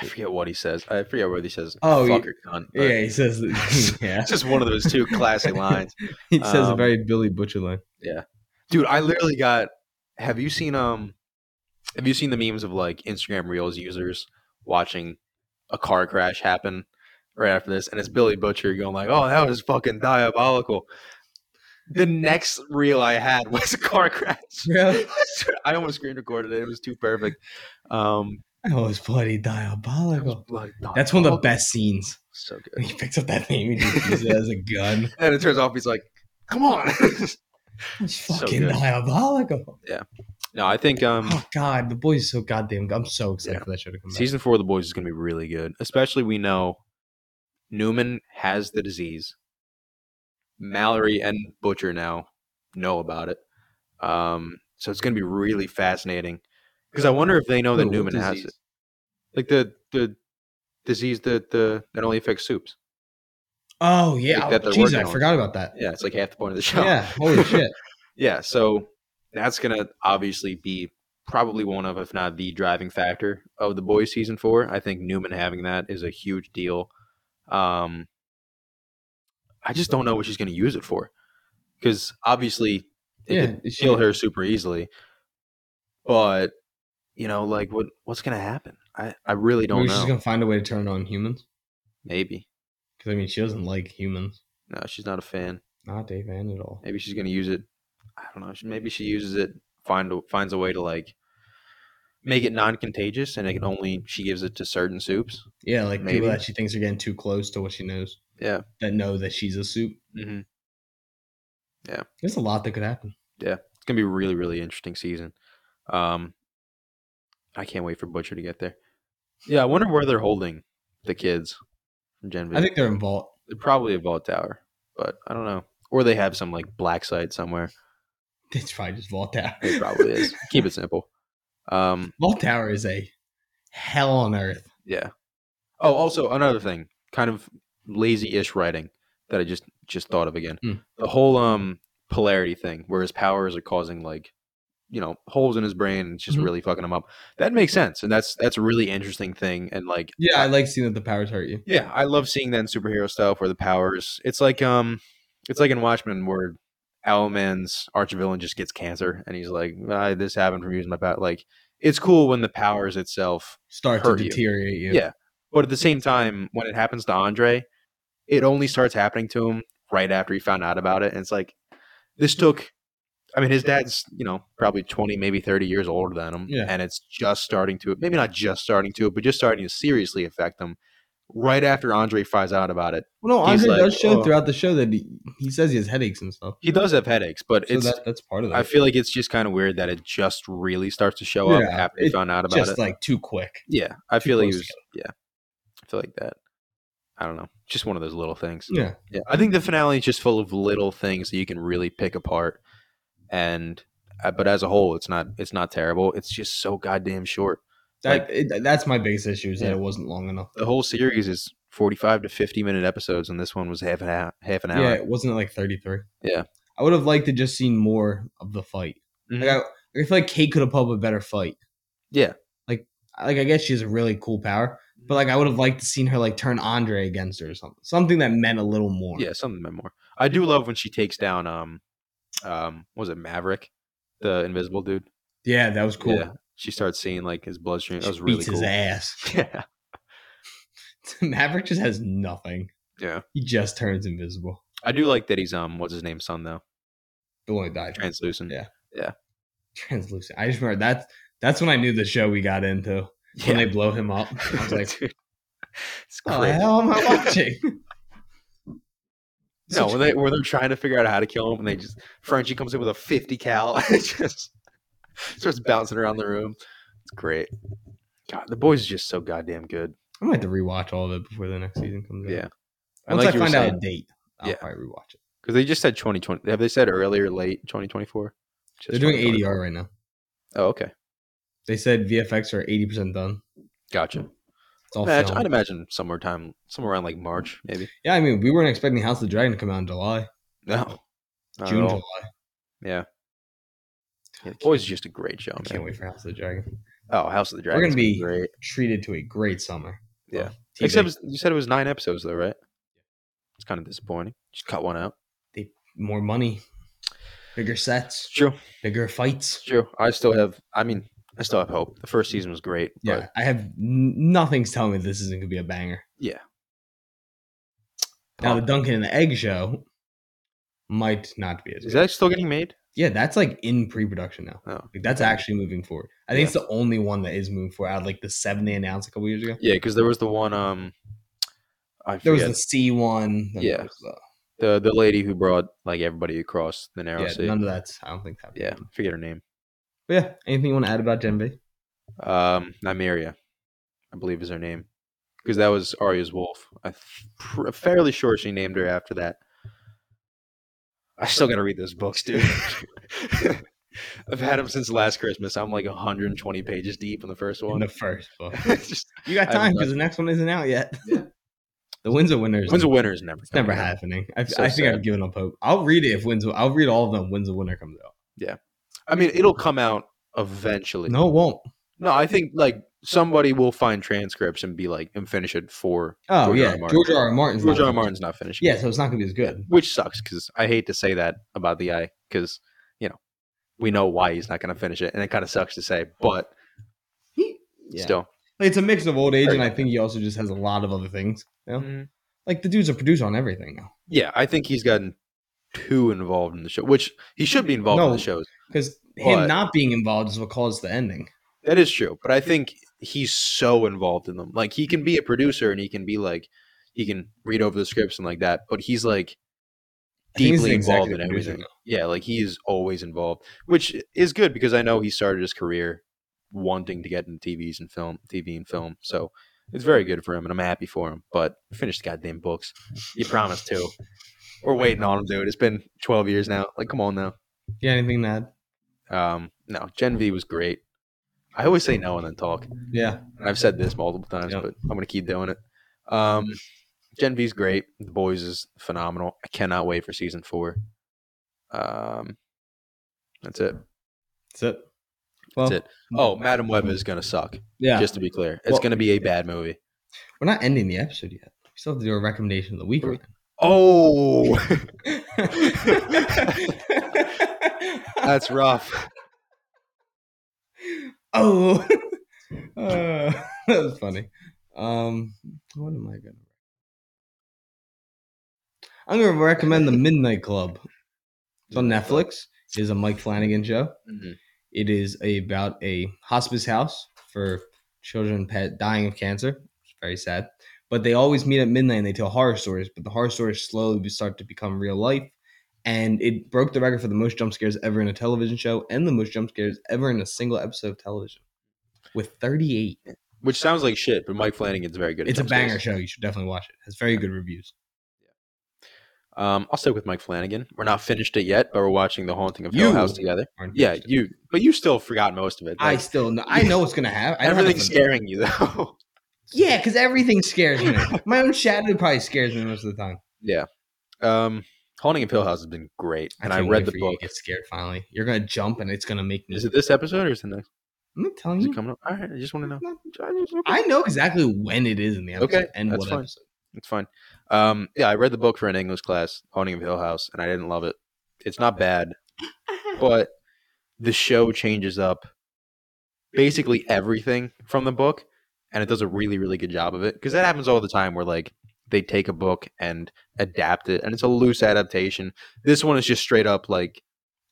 [SPEAKER 2] I forget what he says. I forget what he says.
[SPEAKER 1] Oh, yeah.
[SPEAKER 2] fucker, cunt. but
[SPEAKER 1] yeah, he says Yeah.
[SPEAKER 2] It's just one of those two classic lines,
[SPEAKER 1] He says a
[SPEAKER 2] Um,
[SPEAKER 1] very Billy Butcher line.
[SPEAKER 2] dude. I literally got. Have you seen um? Have you seen the memes of like Instagram Reels users watching a car crash happen right after this, and it's Billy Butcher going like, "Oh, that was fucking diabolical." The next reel I had was a car crash.
[SPEAKER 1] Really?
[SPEAKER 2] I almost screen recorded it. It was too perfect. Um,
[SPEAKER 1] That was bloody
[SPEAKER 2] that was
[SPEAKER 1] diabolical.
[SPEAKER 2] bloody
[SPEAKER 1] That's one of the
[SPEAKER 2] diabolical.
[SPEAKER 1] best scenes.
[SPEAKER 2] So good.
[SPEAKER 1] When he picks up that thing, he just uses it as a gun.
[SPEAKER 2] And it turns off. He's like, "Come on."
[SPEAKER 1] It's
[SPEAKER 2] So
[SPEAKER 1] fucking
[SPEAKER 2] good.
[SPEAKER 1] diabolical.
[SPEAKER 2] No, I think um,
[SPEAKER 1] oh God, the boys are so goddamn. good. I'm so excited for that show to come
[SPEAKER 2] season four of the boys is going to be really good. Especially we know Newman has the disease. Mallory and Butcher now know about it. Um, so it's going to be really fascinating because I wonder if they know
[SPEAKER 1] back. Wait,
[SPEAKER 2] that
[SPEAKER 1] what
[SPEAKER 2] Newman has it.
[SPEAKER 1] disease?
[SPEAKER 2] Like the the disease that the that only affects soups.
[SPEAKER 1] Oh yeah,
[SPEAKER 2] Like that they're
[SPEAKER 1] Jesus,
[SPEAKER 2] working
[SPEAKER 1] I
[SPEAKER 2] on.
[SPEAKER 1] forgot about that.
[SPEAKER 2] Yeah, it's like half the point of the show.
[SPEAKER 1] Yeah, holy shit.
[SPEAKER 2] Yeah, so that's going to obviously be probably one of, if not the driving factor of the boys season four. I think Newman having that is a huge deal. Um, I just don't know what she's going to use it for because obviously it
[SPEAKER 1] Yeah,
[SPEAKER 2] could
[SPEAKER 1] it
[SPEAKER 2] kill
[SPEAKER 1] should-
[SPEAKER 2] her super easily. But you know, like what what's going to happen? I I really don't
[SPEAKER 1] Maybe
[SPEAKER 2] know.
[SPEAKER 1] she's gonna find a way to turn on humans
[SPEAKER 2] Maybe
[SPEAKER 1] because I mean she doesn't like humans.
[SPEAKER 2] no, she's not a fan.
[SPEAKER 1] Not Dave Ann at all.
[SPEAKER 2] Maybe she's gonna use it. I don't know. she- Maybe she uses it. Find a- finds a way to like make it non-contagious, and it can only she gives it to certain soups.
[SPEAKER 1] Yeah, like
[SPEAKER 2] Maybe.
[SPEAKER 1] people that she thinks are getting too close to what she knows.
[SPEAKER 2] Yeah.
[SPEAKER 1] that know that she's a soup.
[SPEAKER 2] Mm-hmm.
[SPEAKER 1] There's a lot that could happen.
[SPEAKER 2] It's gonna be a really really interesting season. Um, I can't wait for Butcher to get there. Yeah, I wonder where they're holding the kids from Gen V.
[SPEAKER 1] I think they're involved.
[SPEAKER 2] They're probably a vault tower, but I don't know. Or they have some like black site somewhere.
[SPEAKER 1] It's probably just Vault Tower.
[SPEAKER 2] It probably is. Keep it simple. Um,
[SPEAKER 1] Vault Tower is a hell on earth.
[SPEAKER 2] Yeah. Oh, also another thing, kind of lazy-ish writing that I just just thought of again.
[SPEAKER 1] Hmm.
[SPEAKER 2] The whole um polarity thing, where his powers are causing like, you know, holes in his brain, and it's just
[SPEAKER 1] Mhm.
[SPEAKER 2] really fucking him up. That makes sense, and that's that's a really interesting thing. And like,
[SPEAKER 1] Yeah, I like seeing that the powers hurt you.
[SPEAKER 2] yeah, I love seeing that in superhero stuff where the powers. It's like um, it's like in Watchmen where Owlman's archvillain just gets cancer, and he's like, ah, "This happened from using my power." Like, it's cool when the powers itself
[SPEAKER 1] Start
[SPEAKER 2] Hurt
[SPEAKER 1] to
[SPEAKER 2] you.
[SPEAKER 1] deteriorate you.
[SPEAKER 2] Yeah. But at the same time, when it happens to Andre, it only starts happening to him right after he found out about it. And it's like, this took, I mean, his dad's, you know, probably 20, maybe 30 years older than him.
[SPEAKER 1] Yeah.
[SPEAKER 2] And it's just starting to, maybe not just starting to, but just starting to seriously affect him right after Andre finds out about it.
[SPEAKER 1] Well, no,
[SPEAKER 2] He's
[SPEAKER 1] Andre
[SPEAKER 2] like,
[SPEAKER 1] does show
[SPEAKER 2] "Oh."
[SPEAKER 1] throughout the show that he, he says he has headaches and stuff.
[SPEAKER 2] He does have headaches, but
[SPEAKER 1] So
[SPEAKER 2] it's,
[SPEAKER 1] that, that's part of that.
[SPEAKER 2] I feel like it's just kind of weird that it just really starts to show up
[SPEAKER 1] Yeah,
[SPEAKER 2] after he
[SPEAKER 1] it
[SPEAKER 2] found out about
[SPEAKER 1] just
[SPEAKER 2] it.
[SPEAKER 1] like too quick.
[SPEAKER 2] yeah. I feel like he
[SPEAKER 1] close
[SPEAKER 2] was, yeah. I feel like that. I don't know. Just one of those little things.
[SPEAKER 1] Yeah,
[SPEAKER 2] Yeah, I think the finale is just full of little things that you can really pick apart, and uh, but as a whole, it's not it's not terrible. It's just so goddamn short.
[SPEAKER 1] that, it, that's my biggest issue is that
[SPEAKER 2] Yeah.
[SPEAKER 1] it wasn't long enough.
[SPEAKER 2] The whole series is forty five to fifty minute episodes, and this one was half an hour. Half an hour.
[SPEAKER 1] Yeah, it wasn't it like thirty three.
[SPEAKER 2] Yeah.
[SPEAKER 1] I would have liked to just seen more of the fight.
[SPEAKER 2] Mhm.
[SPEAKER 1] Like I, I feel like Kate could have put up a better fight.
[SPEAKER 2] Yeah.
[SPEAKER 1] Like like I guess she has a really cool power, but like I would have liked to seen her like turn Andre against her or something. Something that meant a little more.
[SPEAKER 2] yeah, something meant more. I do love when she takes down um, um, what was it Maverick, the invisible dude?
[SPEAKER 1] Yeah, that was cool.
[SPEAKER 2] Yeah, she starts seeing like his bloodstream. That
[SPEAKER 1] She
[SPEAKER 2] was really
[SPEAKER 1] beats
[SPEAKER 2] cool.
[SPEAKER 1] his ass.
[SPEAKER 2] Yeah,
[SPEAKER 1] Maverick just has nothing.
[SPEAKER 2] yeah.
[SPEAKER 1] He just turns invisible.
[SPEAKER 2] I do like that he's um, what's his name, son though,
[SPEAKER 1] The one who died.
[SPEAKER 2] translucent.
[SPEAKER 1] Yeah. Translucent. I just remember that's that's when I knew the show we got into. When they blow him up. I was like,
[SPEAKER 2] Dude, it's
[SPEAKER 1] what the
[SPEAKER 2] crazy.
[SPEAKER 1] hell am I watching?
[SPEAKER 2] No,
[SPEAKER 1] Such-
[SPEAKER 2] when they when they're trying to figure out how to kill him, and they just Frenchie comes in with a fifty cal, and just starts bouncing around the room. It's great. God, the boys is just so goddamn good.
[SPEAKER 1] I might have to rewatch all of it before the next season comes out.
[SPEAKER 2] Yeah. And
[SPEAKER 1] Once
[SPEAKER 2] like
[SPEAKER 1] I
[SPEAKER 2] you were
[SPEAKER 1] find out a
[SPEAKER 2] saying-
[SPEAKER 1] date, I'll
[SPEAKER 2] Yeah.
[SPEAKER 1] probably rewatch it.
[SPEAKER 2] because they just said twenty twenty. Have they said earlier, late twenty twenty four?
[SPEAKER 1] They're doing ADR right now.
[SPEAKER 2] Oh, okay,
[SPEAKER 1] They said VFX are 80% done.
[SPEAKER 2] gotcha.
[SPEAKER 1] It's all
[SPEAKER 2] Imagine-
[SPEAKER 1] filmed.
[SPEAKER 2] I'd imagine somewhere time, somewhere around like March, maybe.
[SPEAKER 1] Yeah, I mean, we weren't expecting House of the Dragon to come out in July,
[SPEAKER 2] No, not at
[SPEAKER 1] June,
[SPEAKER 2] all.
[SPEAKER 1] July.
[SPEAKER 2] Yeah. yeah. The boys is just a great show,
[SPEAKER 1] I can't
[SPEAKER 2] man.
[SPEAKER 1] wait for House of the Dragon.
[SPEAKER 2] Oh, House of the
[SPEAKER 1] gonna
[SPEAKER 2] Dragon.
[SPEAKER 1] be-
[SPEAKER 2] great.
[SPEAKER 1] Treated to a great summer.
[SPEAKER 2] Yeah.
[SPEAKER 1] Of TV.
[SPEAKER 2] Except it was- you said it was nine episodes, though, right? It's kind of disappointing. Just cut one out.
[SPEAKER 1] more money, bigger sets,
[SPEAKER 2] true.
[SPEAKER 1] bigger fights.
[SPEAKER 2] True. I still have. I mean, I still have hope. The first season was great.
[SPEAKER 1] Yeah,
[SPEAKER 2] But
[SPEAKER 1] I have n- nothing's telling me this isn't gonna be a banger.
[SPEAKER 2] yeah. Oh.
[SPEAKER 1] Now the Duncan and the Egg show might not be as
[SPEAKER 2] is
[SPEAKER 1] good.
[SPEAKER 2] that still getting made?
[SPEAKER 1] yeah, that's like in pre-production now.
[SPEAKER 2] Oh.
[SPEAKER 1] Like, that's actually moving forward. I think it's the only one that is moving forward. Out of, like the seven they announced a couple years ago.
[SPEAKER 2] Yeah, because there was the one. Um, I
[SPEAKER 1] There was
[SPEAKER 2] forget
[SPEAKER 1] the C one. then
[SPEAKER 2] Yeah.
[SPEAKER 1] there was the-
[SPEAKER 2] the the lady who brought like everybody across the narrow
[SPEAKER 1] yeah.
[SPEAKER 2] sea.
[SPEAKER 1] None of that's. I don't think that.
[SPEAKER 2] yeah, I forget her name.
[SPEAKER 1] But yeah, anything you want to add about Gen V?
[SPEAKER 2] Um, Nymeria, I believe is her name, because that was Arya's wolf. I pr- fairly sure she named her after that. I still gotta read those books, dude. I've had them since last Christmas. I'm like 120 pages deep in the first
[SPEAKER 1] In
[SPEAKER 2] one.
[SPEAKER 1] the first book.
[SPEAKER 2] Just,
[SPEAKER 1] You got
[SPEAKER 2] I
[SPEAKER 1] time
[SPEAKER 2] love-
[SPEAKER 1] because the next one isn't out yet.
[SPEAKER 2] Yeah.
[SPEAKER 1] the Windsor Winners.
[SPEAKER 2] when's a winner is never
[SPEAKER 1] It's never
[SPEAKER 2] coming up.
[SPEAKER 1] happening. I,
[SPEAKER 2] So
[SPEAKER 1] I think
[SPEAKER 2] sad.
[SPEAKER 1] I've given up hope. I'll read it if Windsor. I'll read all of them. When's the winner comes out?
[SPEAKER 2] I mean, it'll come out eventually.
[SPEAKER 1] No, it won't.
[SPEAKER 2] No, I think like somebody will find transcripts and be like and finish it for
[SPEAKER 1] Oh
[SPEAKER 2] George
[SPEAKER 1] yeah,
[SPEAKER 2] R. R. Martin.
[SPEAKER 1] George R. R. Martin's.
[SPEAKER 2] George
[SPEAKER 1] not-
[SPEAKER 2] R. R. Martin's not finishing.
[SPEAKER 1] Yeah, so it's not gonna be as good.
[SPEAKER 2] which sucks because I hate to say that about the guy because you know we know why he's not going to finish it, and it kind of sucks to say, but
[SPEAKER 1] Yeah.
[SPEAKER 2] still,
[SPEAKER 1] Like, it's a mix of old age,
[SPEAKER 2] Fair
[SPEAKER 1] and I think he also just has a lot of other things. You know?
[SPEAKER 2] Mhm.
[SPEAKER 1] Like the dude's a producer on everything now.
[SPEAKER 2] yeah, I think he's gotten too involved in the show, which he should be involved in
[SPEAKER 1] No.
[SPEAKER 2] the shows.
[SPEAKER 1] Because him
[SPEAKER 2] But-
[SPEAKER 1] not being involved is what caused the ending.
[SPEAKER 2] That is true, but I think he's so involved in them. Like he can be a producer and he can be like he can read over the scripts and like that, but he's like
[SPEAKER 1] I think he's the
[SPEAKER 2] deeply involved
[SPEAKER 1] executive
[SPEAKER 2] in
[SPEAKER 1] producer
[SPEAKER 2] everything. Yeah, like he is always involved, which is good because I know he started his career wanting to get into TVs and film, TV and film. So it's very good for him, and I'm happy for him. But finish the goddamn books. You promised to. We're waiting on him, dude. It's been 12 years now. Like, come on now.
[SPEAKER 1] Yeah, anything to add?
[SPEAKER 2] Um, no, Gen V was great. I always say no and then talk.
[SPEAKER 1] Yeah,
[SPEAKER 2] And I've said this multiple times,
[SPEAKER 1] Yep.
[SPEAKER 2] but I'm going to keep doing it. Um, Gen V's great. The boys is phenomenal. I cannot wait for season four. Um, that's it.
[SPEAKER 1] that's it. Well,
[SPEAKER 2] That's it. Oh, Madam Web is going to suck.
[SPEAKER 1] yeah,
[SPEAKER 2] Just to be clear, it's
[SPEAKER 1] Well-
[SPEAKER 2] going to be a bad movie.
[SPEAKER 1] we're not ending the episode yet. We still have to do a recommendation of the week.
[SPEAKER 2] Right. Oh,
[SPEAKER 1] Ryan.
[SPEAKER 2] that's rough.
[SPEAKER 1] oh, Uh, that was funny. Um, what am I gonna? I'm gonna recommend the Midnight Club. It's on Netflix. It is a Mike Flanagan show.
[SPEAKER 2] Mhm.
[SPEAKER 1] It is about a hospice house for children pet dying of cancer. It's very sad. But they always meet at midnight and they tell horror stories, but the horror stories slowly start to become real life. And it broke the record for the most jump scares ever in a television show and the most jump scares ever in a single episode of television with 38.
[SPEAKER 2] Which sounds like shit, but Mike Flanagan's very good. at
[SPEAKER 1] It's a
[SPEAKER 2] jump
[SPEAKER 1] banger
[SPEAKER 2] scares.
[SPEAKER 1] show. You should definitely watch it. It has very good reviews.
[SPEAKER 2] Um, I'll stick with Mike Flanagan. We're not finished it yet, but we're watching The Haunting of
[SPEAKER 1] You-
[SPEAKER 2] Hill House together. Yeah, you. But you still forgot most of it.
[SPEAKER 1] I
[SPEAKER 2] Like,
[SPEAKER 1] still know. I know what's going to happen. I don't have
[SPEAKER 2] everything's
[SPEAKER 1] nothing-
[SPEAKER 2] scaring you though.
[SPEAKER 1] Yeah, because everything scares me. My own shadow probably scares me most of the time.
[SPEAKER 2] Yeah. Um, Haunting of Hill House has been great, and I,
[SPEAKER 1] can't wait
[SPEAKER 2] read the
[SPEAKER 1] for you to
[SPEAKER 2] book.
[SPEAKER 1] Get scared finally. You're gonna jump and it's gonna make me.
[SPEAKER 2] Is it this episode or is it the next?
[SPEAKER 1] I'm not telling
[SPEAKER 2] Is
[SPEAKER 1] you.
[SPEAKER 2] it coming up? All right, I just want to know.
[SPEAKER 1] No,
[SPEAKER 2] I just- okay.
[SPEAKER 1] Mm-hmm. I know exactly when it is in the episode
[SPEAKER 2] Okay,
[SPEAKER 1] and
[SPEAKER 2] that's
[SPEAKER 1] what
[SPEAKER 2] fine.
[SPEAKER 1] episode.
[SPEAKER 2] It's fine. Um, yeah, I read the book for an English class, Haunting of Hill House, and I didn't love it. It's not bad, but the show changes up basically everything from the book, and it does a really, really good job of it. Because that happens all the time where, like, they take a book and adapt it, and it's a loose adaptation. This one is just straight up, like,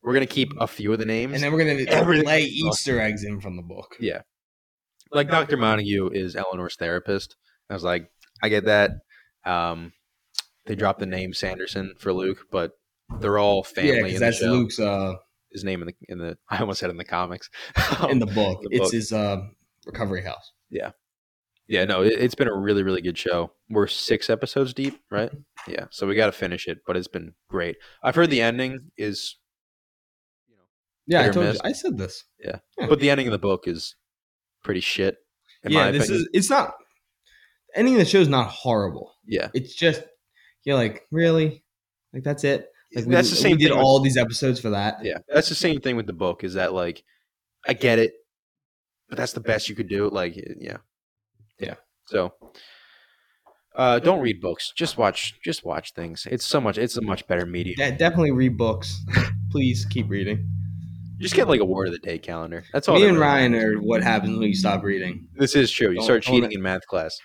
[SPEAKER 2] we're going to keep a few of the names.
[SPEAKER 1] And then we're gonna
[SPEAKER 2] Everything-
[SPEAKER 1] play Easter eggs in from the book.
[SPEAKER 2] Yeah. like Dr. Montague is Eleanor's therapist. I was like, I get that. Um, they dropped the name Sanderson for Luke, but they're all
[SPEAKER 1] Yeah,
[SPEAKER 2] family
[SPEAKER 1] 'cause
[SPEAKER 2] in the
[SPEAKER 1] that's
[SPEAKER 2] show.
[SPEAKER 1] Luke's uh,
[SPEAKER 2] His name in the in the I almost said in the comics. Um,
[SPEAKER 1] in the book.
[SPEAKER 2] the
[SPEAKER 1] It's
[SPEAKER 2] book.
[SPEAKER 1] his uh, recovery house.
[SPEAKER 2] yeah, no, it, it's been a really really good show. We're six episodes deep, right?
[SPEAKER 1] Mm-hmm.
[SPEAKER 2] Yeah, so we got to finish it, but it's been great. I've heard the ending is, you know,
[SPEAKER 1] Yeah, I
[SPEAKER 2] Hit or
[SPEAKER 1] told you.
[SPEAKER 2] miss.
[SPEAKER 1] I said this.
[SPEAKER 2] but the ending of the book is pretty shit. In
[SPEAKER 1] Hmm. yeah,
[SPEAKER 2] my
[SPEAKER 1] this
[SPEAKER 2] opinion.
[SPEAKER 1] is. It's not. Ending of the show is not horrible.
[SPEAKER 2] yeah.
[SPEAKER 1] It's just you're like really, like that's it. Like we,
[SPEAKER 2] That's the same
[SPEAKER 1] We did
[SPEAKER 2] thing with-
[SPEAKER 1] all these episodes for that.
[SPEAKER 2] Yeah, that's the same thing with the book. Is that like, I get it, but that's the best you could do. Like, yeah, yeah. So, uh, don't read books. Just watch. Just watch things. It's so much. It's a much better medium.
[SPEAKER 1] De- definitely read books. Please keep reading.
[SPEAKER 2] Just get like a word of the day calendar. That's all.
[SPEAKER 1] Me
[SPEAKER 2] that
[SPEAKER 1] and
[SPEAKER 2] really
[SPEAKER 1] Ryan
[SPEAKER 2] matters.
[SPEAKER 1] are what happens when you stop reading.
[SPEAKER 2] This is true. You
[SPEAKER 1] Don't-
[SPEAKER 2] start
[SPEAKER 1] don't
[SPEAKER 2] cheating
[SPEAKER 1] let-
[SPEAKER 2] in math class.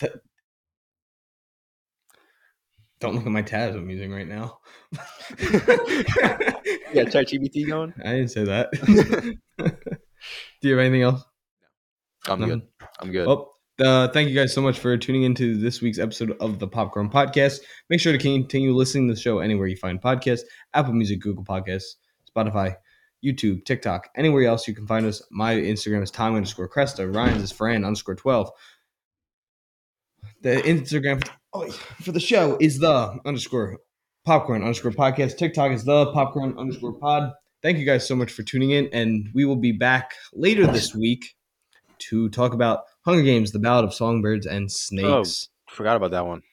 [SPEAKER 1] Don't look at my tabs I'm using right now.
[SPEAKER 2] Yeah, ChatGPT going.
[SPEAKER 1] I didn't say that. Do you have anything else?
[SPEAKER 2] I'm
[SPEAKER 1] No.
[SPEAKER 2] good. I'm good.
[SPEAKER 1] Well, uh, thank you guys so much for tuning into this week's episode of the Popcorn Podcast. Make sure to continue listening to the show anywhere you find podcasts Apple Music, Google Podcasts, Spotify, YouTube, TikTok, anywhere else you can find us. My Instagram is Tom underscore Cresta. Ryan's is Fran underscore 12. The Instagram oh, for the show is the underscore popcorn underscore podcast. TikTok is the popcorn underscore pod. Thank you guys so much for tuning in. And we will be back later this week to talk about Hunger Games, The Ballad of Songbirds and Snakes.
[SPEAKER 2] Forgot about that one.